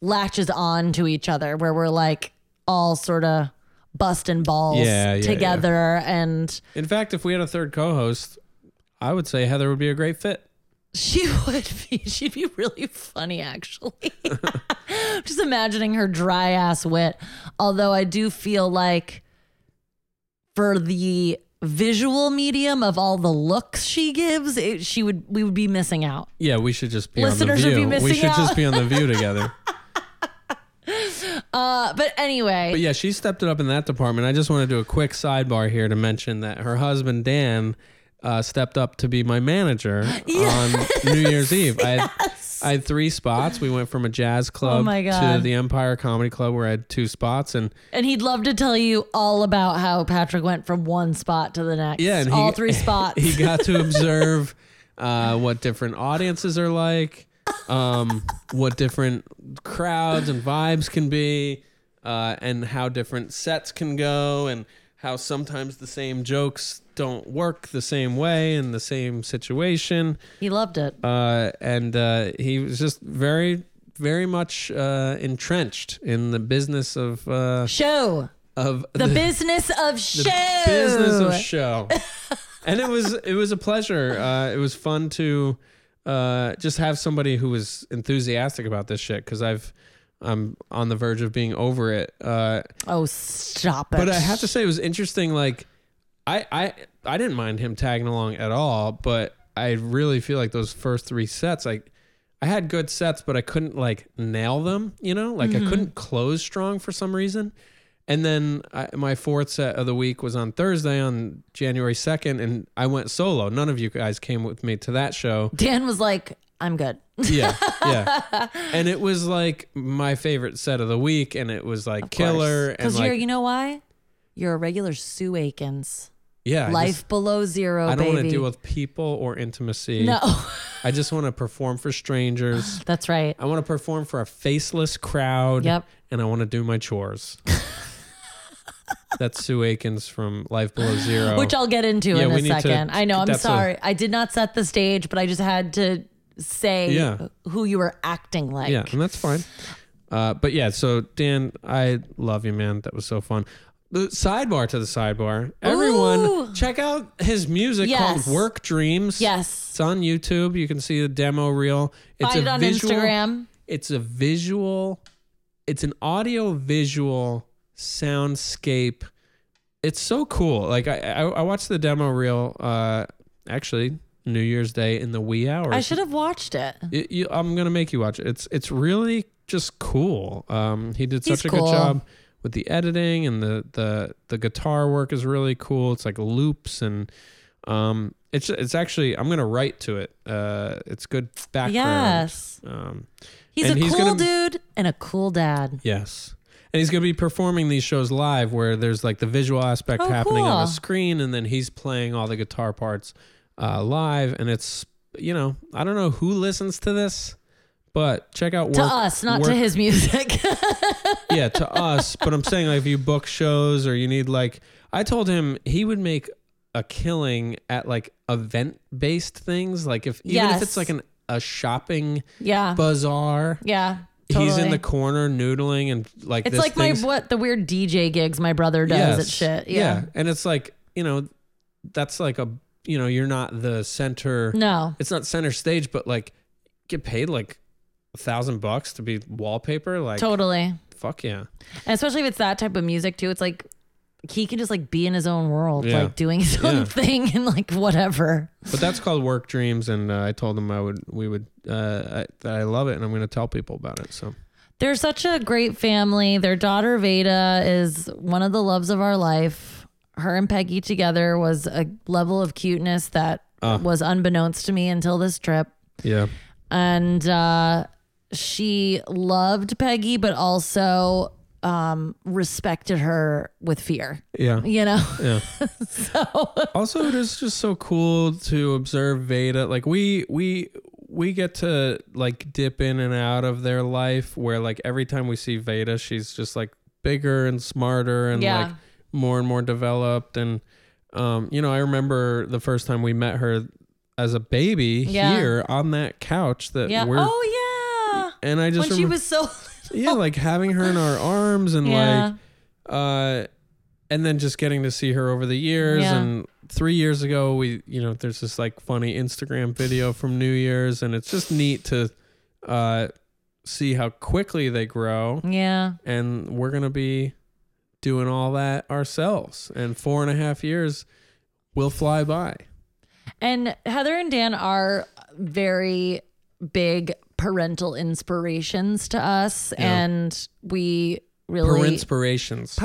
S1: latches on to each other where we're like all sort of busting balls
S2: Yeah, yeah,
S1: together and
S2: In fact, if we had a third co-host, I would say Heather would be a great fit.
S1: she would be she'd be really funny actually just imagining her dry ass wit although i do feel like for the visual medium of all the looks she gives it, she would we would be missing out
S2: Yeah, we should just be
S1: Listeners
S2: on
S1: would
S2: the
S1: be
S2: view. we
S1: missing
S2: should just
S1: out.
S2: be on the view together.
S1: uh, but anyway
S2: But yeah, she stepped it up in that department. I just want to do a quick sidebar here to mention that her husband Dan uh, stepped up to be my manager on New Year's Eve. I had, I had three spots. We went from a jazz club
S1: Oh my
S2: to
S1: God.
S2: the Empire Comedy Club, where I had two spots, and
S1: And he'd love to tell you all about how Patrick went from one spot to the next.
S2: yeah, and he-
S1: all three spots.
S2: He got to observe uh, what different audiences are like, um, what different crowds and vibes can be, uh, and how different sets can go, and how sometimes the same jokes don't work the same way in the same situation.
S1: he loved it.
S2: Uh, and uh, he was just very, very much uh, entrenched in the business of uh,
S1: Show.
S2: of
S1: The, business of show.
S2: business of show. and it was it was a pleasure. Uh, it was fun to uh, just have somebody who was enthusiastic about this shit because I've I'm on the verge of being over it. Uh,
S1: oh, stop it.
S2: but I have to say it was interesting. Like I I I didn't mind him tagging along at all, but I really feel like those first three sets, like. I had good sets, but I couldn't like nail them, you know? Like
S1: Mm-hmm.
S2: I couldn't close strong for some reason. And then I, my fourth set of the week was on Thursday on January 2nd, and I went solo. None of you guys came with me to that show.
S1: Dan was like, I'm good.
S2: Yeah, yeah. And it was like my favorite set of the week, and it was like killer. And
S1: Because you're,
S2: like,
S1: you know why? You're a regular Sue Aikens.
S2: yeah, I
S1: Life
S2: just-
S1: below zero,
S2: I don't want
S1: baby.
S2: to deal with people or intimacy.
S1: no,
S2: I just want to perform for strangers.
S1: that's right.
S2: I want to perform for a faceless crowd.
S1: Yep.
S2: And I want to do my chores. That's Sue Akins from Life Below Zero.
S1: Which I'll get into
S2: Yeah,
S1: in
S2: we
S1: a
S2: need to-
S1: second. I know. I'm
S2: that's a-
S1: sorry. I did not set the stage, but I just had to say
S2: Yeah.
S1: who you were acting like.
S2: Yeah, and that's fine. Uh, but yeah, so Dan, I love you, man. That was so fun. The sidebar to the sidebar. Everyone,
S1: Ooh.
S2: check out his music
S1: Yes.
S2: called Work Dreams.
S1: Yes.
S2: It's on YouTube. You can see the demo reel. It's
S1: Find
S2: a
S1: it on
S2: visual,
S1: Instagram.
S2: It's a visual. It's an audio visual soundscape. It's so cool. Like I, I, I watched the demo reel. Uh, actually, New Year's Day in the wee hours.
S1: I should have watched it.
S2: It, you, I'm gonna make you watch it. It's it's really just cool. Um, he did
S1: He's
S2: such a
S1: cool.
S2: good job with the editing and the the the guitar work is really cool. It's like loops and um, it's it's actually I'm gonna write to it. Uh, it's good background.
S1: Yes.
S2: Um,
S1: He's
S2: And
S1: a
S2: he's
S1: cool
S2: gonna-
S1: dude and a cool dad.
S2: yes. And he's gonna be performing these shows live, where there's like the visual aspect
S1: Oh,
S2: happening on the
S1: cool.
S2: screen, and then he's playing all the guitar parts uh, live. And it's you know I don't know who listens to this. But check out
S1: To
S2: work,
S1: us, not
S2: work
S1: to his music.
S2: yeah, to us. But I'm saying, like, if you book shows or you need, like, I told him he would make a killing at like event based things. Like, if even if
S1: Yes.
S2: it's like an a shopping
S1: Yeah.
S2: bazaar,
S1: yeah.
S2: he's in
S1: totally.
S2: the corner noodling and like
S1: It's
S2: this
S1: like my
S2: thing's-
S1: what the weird DJ gigs my brother does at
S2: Yes.
S1: shit.
S2: yeah,
S1: Yeah.
S2: and it's like you know, that's like a you know, you're not the center.
S1: No.
S2: It's not center stage, but like get paid like a thousand bucks to be wallpaper. Like,
S1: totally.
S2: fuck yeah.
S1: And especially if it's that type of music too, it's like he can just like be in his own world,
S2: Yeah.
S1: like doing his
S2: Yeah.
S1: own thing and like whatever.
S2: But that's called work dreams, and uh, I told them I would, we would, uh, I, that I love it, and I'm going to tell people about it. So
S1: They're such a great family. Their daughter Veda is one of the loves of our life. Her and Peggy together was a level of cuteness that
S2: Uh.
S1: was unbeknownst to me until this trip.
S2: yeah,
S1: and uh, she loved Peggy, but also um, respected her with fear.
S2: yeah,
S1: You know,
S2: yeah. also, it is just so cool to observe Veda. Like we, we, we get to like dip in and out of their life, where like every time we see Veda, she's just like bigger and smarter, and
S1: Yeah.
S2: like more and more developed. And um, you know, I remember the first time we met her as a baby
S1: Yeah.
S2: here on that couch that
S1: yeah.
S2: we're.
S1: oh
S2: And I
S1: yeah,
S2: just
S1: when she
S2: remem-
S1: was so
S2: yeah like having her in our arms and
S1: yeah,
S2: like uh and then just getting to see her over the years
S1: Yeah.
S2: and three years ago we you know there's this like funny instagram video from new year's and it's just neat to uh see how quickly they grow
S1: yeah.
S2: and we're gonna be doing all that ourselves and four and a half years will fly by
S1: And Heather and Dan are very big parental inspirations to us, and we
S2: for
S1: really
S2: inspirations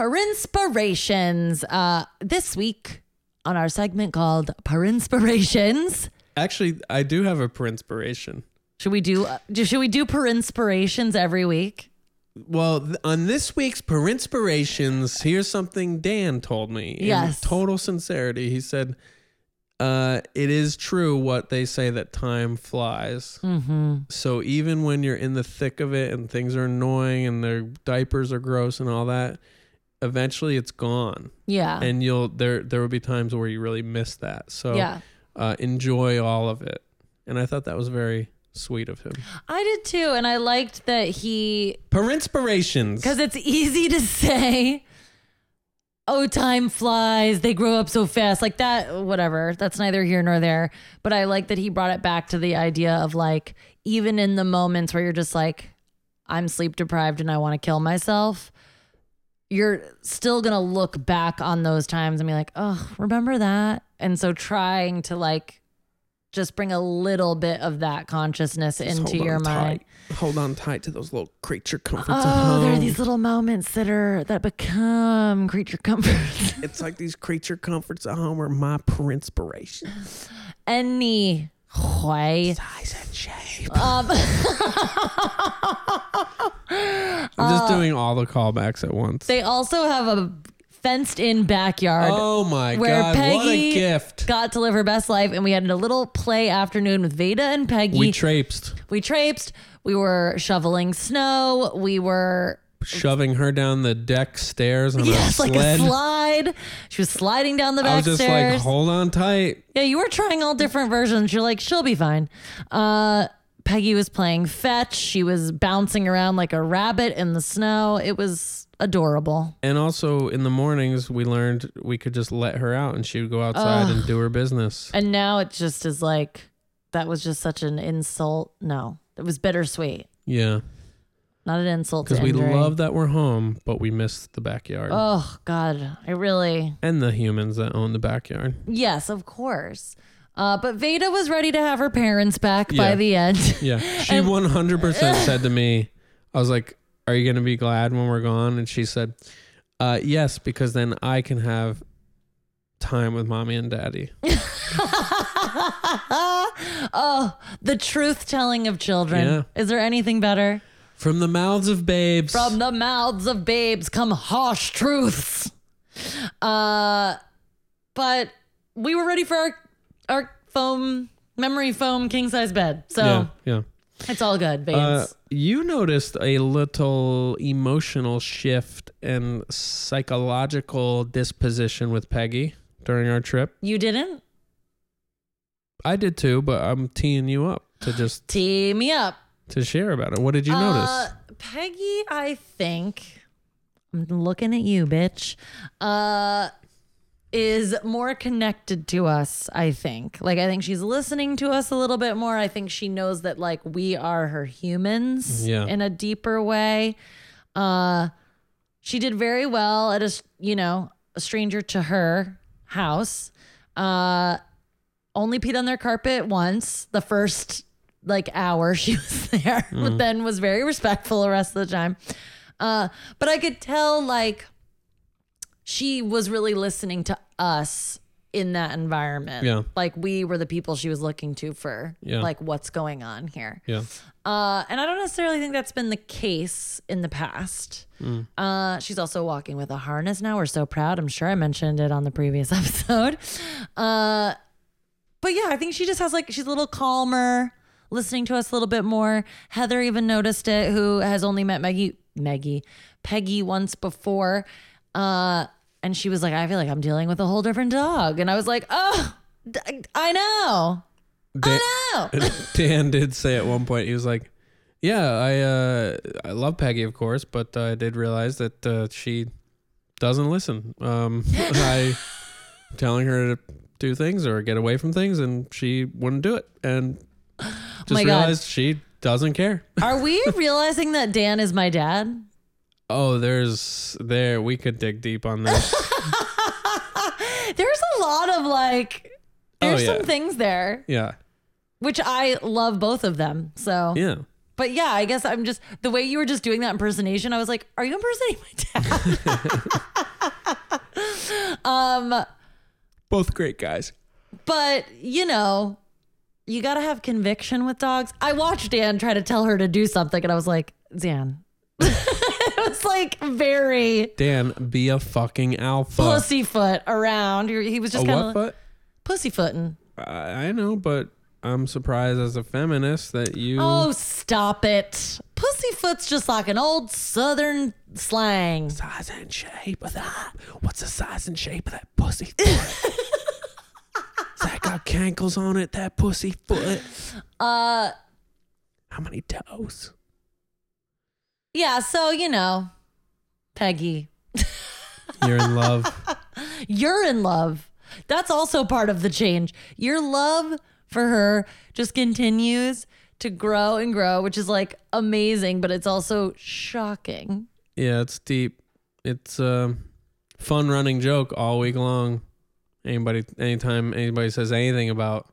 S1: Parinspirations. Uh, this week on our segment called Parinspirations.
S2: actually i do have a per inspiration
S1: Should we do, uh, do- should we do per inspirations every week?
S2: Well, th- on this week's Per Inspirations, here's something Dan told me. In
S1: Yes.
S2: total sincerity, he said, uh, It is true what they say that time flies.
S1: Mm-hmm.
S2: So even when you're in the thick of it and things are annoying and their diapers are gross and all that, eventually it's gone.
S1: Yeah.
S2: And you'll there there will be times where you really miss that. So
S1: yeah.
S2: uh, enjoy all of it. And I thought that was very sweet of him.
S1: I did too. And I liked that he,
S2: Per Inspirations.
S1: because it's easy to say, oh, time flies. They grow up so fast. Like that, whatever. That's neither here nor there. But I like that he brought it back to the idea of like, even in the moments where you're just like, I'm sleep deprived and I want to kill myself. You're still gonna look back on those times and be like, oh, remember that? And so trying to like just bring a little bit of that consciousness into
S2: hold
S1: your
S2: on
S1: mind.
S2: Tight. Hold on tight to those little creature comforts at
S1: Oh,
S2: home.
S1: there are these little moments that are that become creature comforts.
S2: it's like these creature comforts at home are my inspiration.
S1: Any way.
S2: Size and shape.
S1: Um,
S2: I'm just doing all the callbacks at once.
S1: they also have a fenced in backyard.
S2: oh my
S1: where
S2: god! what a
S1: Peggy-
S2: gift.
S1: Got to live her best life, and we had a little play afternoon with Veda and Peggy.
S2: We traipsed,
S1: we traipsed. We were shoveling snow. We were
S2: shoving her down the deck stairs on
S1: yes,
S2: a
S1: like
S2: sled.
S1: a slide. She was sliding down the
S2: I
S1: back
S2: was just
S1: stairs.
S2: like, hold on tight.
S1: yeah, you were trying all different versions. You're like, she'll be fine. Uh, Peggy was playing fetch. She was bouncing around like a rabbit in the snow. It was adorable.
S2: And also in the mornings, we learned we could just let her out, and she would go outside and do her business.
S1: And now it just is like that was just such an insult. No, it was bittersweet.
S2: Yeah,
S1: Not an insult to
S2: because we
S1: injury.
S2: love that we're home, but we miss the backyard.
S1: Oh God, I really
S2: and the humans that own the backyard.
S1: yes, of course. Uh, but Veda was ready to have her parents back by
S2: Yeah.
S1: the end.
S2: Yeah, she one hundred percent said to me, "I was like, are you gonna be glad when we're gone?" And she said, uh, "Yes, because then I can have time with mommy and daddy."
S1: oh, the truth telling of children.
S2: Yeah.
S1: Is there anything better?
S2: From the mouths of babes,
S1: From the mouths of babes come harsh truths. Uh, but we were ready for our our foam memory foam king size bed. So
S2: yeah, yeah.
S1: It's all good, Baines.
S2: Uh, you noticed a little emotional shift and psychological disposition with Peggy during our trip.
S1: you didn't
S2: I did too, but I'm teeing you up to just
S1: tee me up.
S2: to share about it. What did you notice?
S1: Uh, Peggy, I think I'm looking at you, bitch. Uh is more connected to us, I think. Like I think she's listening to us a little bit more. I think she knows that like we are her humans
S2: Yeah.
S1: in a deeper way. Uh she did very well at a, s- you know, a stranger to her house. Uh only peed on their carpet once the first like hour she was there,
S2: Mm-hmm.
S1: but then was very respectful the rest of the time. Uh, but I could tell like she was really listening to us in that environment.
S2: Yeah.
S1: Like we were the people she was looking to for
S2: Yeah.
S1: like what's going on here.
S2: Yeah.
S1: Uh, and I don't necessarily think that's been the case in the past. Uh, she's also walking with a harness now. We're so proud. I'm sure I mentioned it on the previous episode. Uh, but yeah, I think she just has like, she's a little calmer, listening to us a little bit more. Heather even noticed it, who has only met Maggie, Maggie, Peggy once before. Uh, and she was like, I feel like I'm dealing with a whole different dog. And I was like, oh, d- I know.
S2: Dan,
S1: I know.
S2: Dan did say at one point he was like, "Yeah, I uh, I love Peggy, of course, but uh, I did realize that uh, she doesn't listen. Um, I telling her to do things or get away from things, and she wouldn't do it, and just
S1: my God.
S2: realized she doesn't care.
S1: Are we realizing that Dan is my dad?
S2: Oh, there's there we could dig deep on this.
S1: There's a lot of like, there's
S2: Oh, yeah.
S1: some things there,
S2: yeah,
S1: which I love both of them. So,
S2: yeah.
S1: but yeah, I guess I'm just the way you were just doing that impersonation. I was like, are you impersonating my dad?
S2: Both great guys.
S1: but you know, you got to have conviction with dogs. I watched Dan try to tell her to do something, and I was like, Dan. it was like very
S2: Dan, be a fucking alpha.
S1: pussyfoot around. He he was
S2: a
S1: just
S2: what
S1: kind of
S2: foot?
S1: pussyfooting.
S2: I I know, but I'm surprised as a feminist that you.
S1: Oh, stop it. Pussyfoot's just like an old southern slang.
S2: Size and shape of that. What's the size and shape of that pussy foot? that got cankles on it, that pussy foot?
S1: Uh
S2: How many toes?
S1: yeah, so you know, Peggy,
S2: You're in love.
S1: you're in love. That's also part of the change. Your love for her just continues to grow and grow, which is like amazing, but it's also shocking.
S2: yeah, it's deep. It's a fun running joke all week long. Anybody, anytime anybody says anything about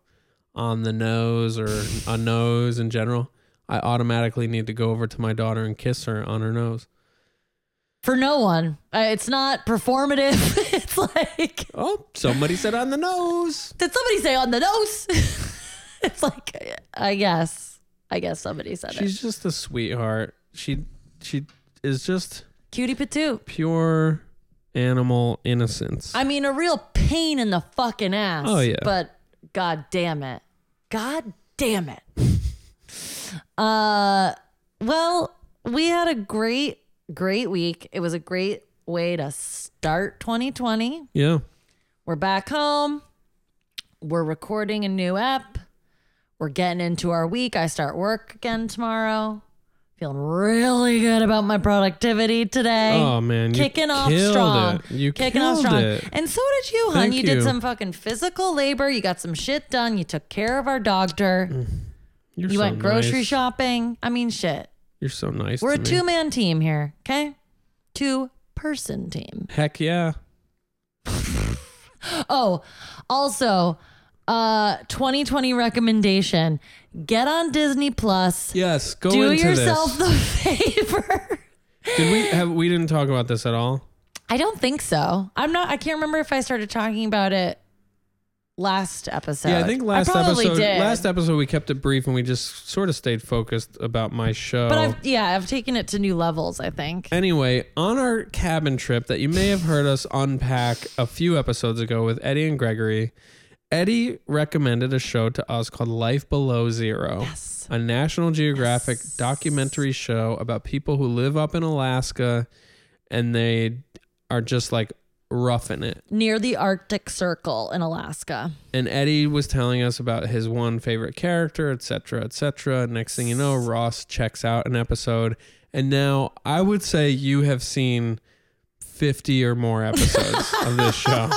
S2: on the nose or a nose in general, I automatically need to go over to my daughter and kiss her on her nose.
S1: For no one. Uh, It's not performative. it's like,
S2: Oh, somebody said on the nose.
S1: did somebody say on the nose? it's like, I guess. I guess somebody said it.
S2: She's just a sweetheart. She she is just
S1: Cutie Patoot.
S2: pure animal innocence.
S1: I mean, a real pain in the fucking ass.
S2: Oh, yeah.
S1: But god damn it. God damn it. uh, well, we had a great, great week. It was a great way to start 2020.
S2: yeah.
S1: We're back home. We're recording a new app. We're getting into our week. I start work again tomorrow. Feeling really good about my productivity today.
S2: Oh man, you
S1: kicking off
S2: killed
S1: strong.
S2: It. You
S1: kicking off
S2: killed
S1: strong.
S2: It.
S1: And so did you, hon.
S2: Thank
S1: You,
S2: you.
S1: did some fucking physical labor. You got some shit done. You took care of our doctor.
S2: You're
S1: you
S2: Mm-hmm. so
S1: went grocery
S2: nice.
S1: shopping. I mean, shit.
S2: You're so nice.
S1: We're a
S2: to me.
S1: two man team here, okay? Two person team.
S2: Heck yeah.
S1: Oh, also, uh 2020 recommendation. Get on Disney Plus.
S2: Yes. Go
S1: Do
S2: into
S1: yourself
S2: this.
S1: the favor.
S2: Did we have? We didn't talk about this at all.
S1: I don't think so. I'm not. I can't remember if I started talking about it last episode.
S2: Yeah, I think last
S1: probably
S2: episode.
S1: Did.
S2: Last episode we kept it brief and we just sort of stayed focused about my show.
S1: but I've yeah, I've taken it to new levels. I think.
S2: Anyway, on our cabin trip that you may have heard us unpack a few episodes ago with Eddie and Gregory, Eddie recommended a show to us called Life Below Zero,
S1: Yes.
S2: a National Geographic documentary show about people who live up in Alaska and they are just like roughing it.
S1: Near the Arctic Circle in Alaska.
S2: and Eddie was telling us about his one favorite character, et cetera, et cetera. Next thing you know, Ross checks out an episode, and now I would say you have seen fifty or more episodes of this show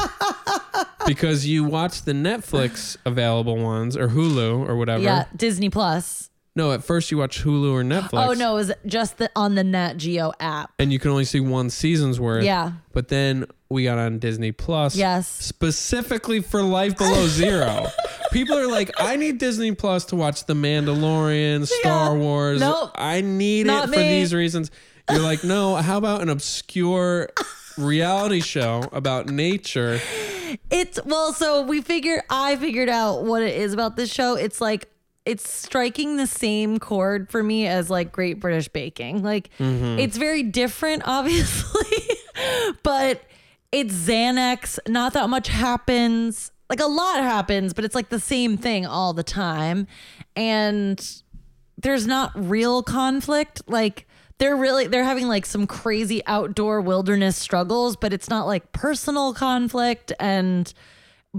S2: because you watch the Netflix available ones or Hulu or whatever.
S1: Yeah, Disney Plus.
S2: No, at first you watch Hulu or Netflix.
S1: Oh no, it was just the on the Nat Geo app.
S2: And you can only see one season's worth.
S1: Yeah.
S2: But then we got on Disney Plus.
S1: Yes.
S2: Specifically for Life Below Zero. People are like, I need Disney Plus to watch The Mandalorian, Star
S1: Yeah.
S2: Wars.
S1: Nope.
S2: I need
S1: Not
S2: it for
S1: me.
S2: these reasons. You're like, no, how about an obscure reality show about nature?
S1: It's well, so we figured I figured out what it is about this show. It's like it's striking the same chord for me as like Great British Baking. Like it's very different, obviously, but it's Xanax. Not that much happens. Like a lot happens, but it's like the same thing all the time. And there's not real conflict. Like they're really they're having like some crazy outdoor wilderness struggles, but it's not like personal conflict and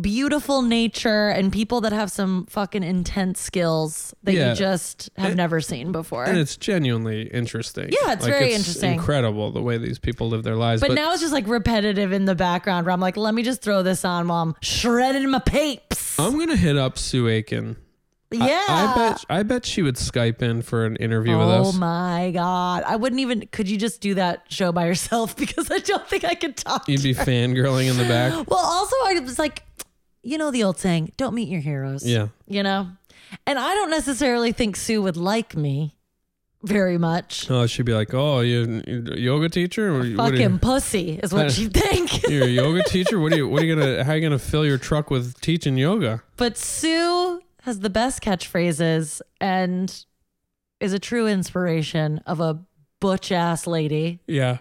S1: beautiful nature and people that have some fucking intense skills that
S2: Yeah.
S1: you just have never seen before.
S2: And it's genuinely interesting.
S1: Yeah, it's very interesting.
S2: incredible the way these people live their lives.
S1: but, now it's just like repetitive in the background where I'm like, let me just throw this on while I'm shredding my papes.
S2: I'm going to hit up Sue Aiken.
S1: yeah.
S2: I bet I bet she would Skype in for an interview with
S1: Oh
S2: us.
S1: my God. I wouldn't even. Could you just do that show by yourself? Because I don't think I could talk.
S2: You'd be fangirling in the back.
S1: Well, also, I was like, you know, the old saying, don't meet your heroes.
S2: Yeah.
S1: You know? And I don't necessarily think Sue would like me very much.
S2: Oh, she'd be like, "Oh, you you a yoga teacher? What are you-
S1: Fucking pussy is what she'd think.
S2: You're a yoga teacher. What are you? What are you gonna? How are you gonna fill your truck with teaching yoga?
S1: but Sue has the best catchphrases and is a true inspiration of a butch ass lady.
S2: Yeah.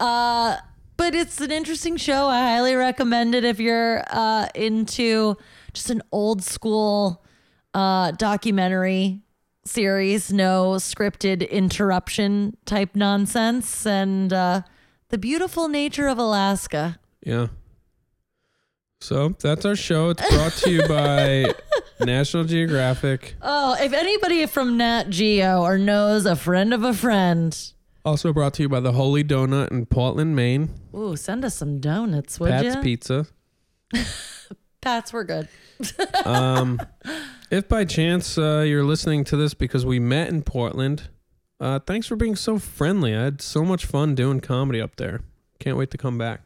S1: Uh, but it's an interesting show. I highly recommend it if you're uh, into just an old school uh, documentary series, no scripted interruption type nonsense, and uh, the beautiful nature of Alaska.
S2: Yeah. So that's our show. It's brought to you by National Geographic.
S1: Oh, if anybody from Nat Geo or knows a friend of a friend,
S2: Also brought to you by the Holy Donut in Portland, Maine.
S1: ooh, send us some donuts, would
S2: Pat's
S1: you?
S2: Pizza.
S1: Pats, we're good.
S2: Um, if by chance uh, you're listening to this because we met in Portland, uh, thanks for being so friendly. I had so much fun doing comedy up there. Can't wait to come back.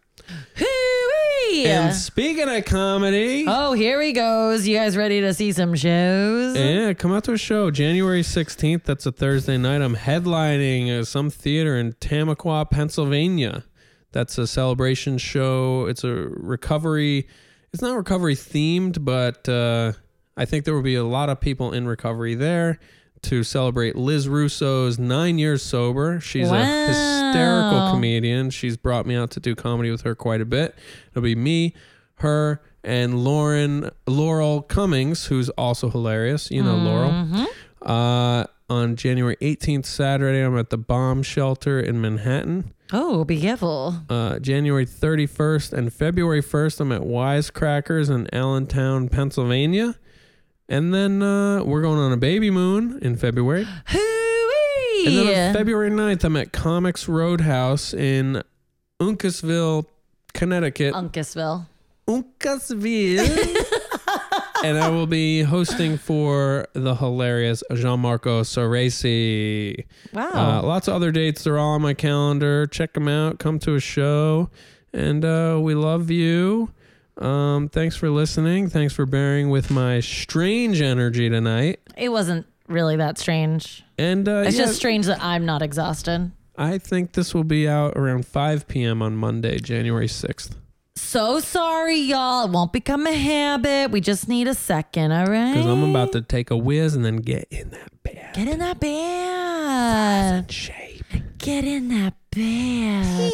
S1: Hoo-wee!
S2: And speaking of comedy,
S1: Oh, here he goes. You guys ready to see some shows?
S2: yeah, come out to a show January 16th. That's a Thursday night. I'm headlining uh, some theater in Tamaqua, Pennsylvania. That's a celebration show. It's a recovery. It's not recovery themed, but uh, I think there will be a lot of people in recovery there to celebrate Liz Russo's nine years sober. She's a
S1: Wow.
S2: hysterical comedian. She's brought me out to do comedy with her quite a bit. It'll be me, her, and Lauren Laurel Cummings, who's also hilarious. You know Laurel. Uh, on January 18th, Saturday, I'm at the Bomb Shelter in Manhattan.
S1: Oh, be careful.
S2: Uh, January 31st and February 1st, I'm at Wisecrackers in Allentown, Pennsylvania. And then uh, we're going on a baby moon in February. And then on
S1: Hooey!
S2: February 9th, I'm at Comics Roadhouse in Uncasville, Connecticut.
S1: Uncasville. Oh.
S2: Uncasville. and I will be hosting for the hilarious Gianmarco Soresi. Uh,
S1: Wow.
S2: lots of other dates. They're all on my calendar. Check them out. Come to a show. And uh, we love you. Um, thanks for listening. Thanks for bearing with my strange energy tonight.
S1: it wasn't really that strange.
S2: And uh,
S1: It's
S2: yeah,
S1: just strange that I'm not exhausted.
S2: I think this will be out around 5 p.m. on Monday, January 6th.
S1: So sorry, y'all. It won't become a habit. We just need a second, all right?
S2: Because I'm about to take a whiz and then get in that bed.
S1: Get in that bed.
S2: shape.
S1: Get in that bed.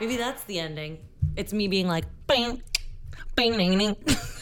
S1: maybe that's the ending. It's me being like, bing, bing, ding, ding.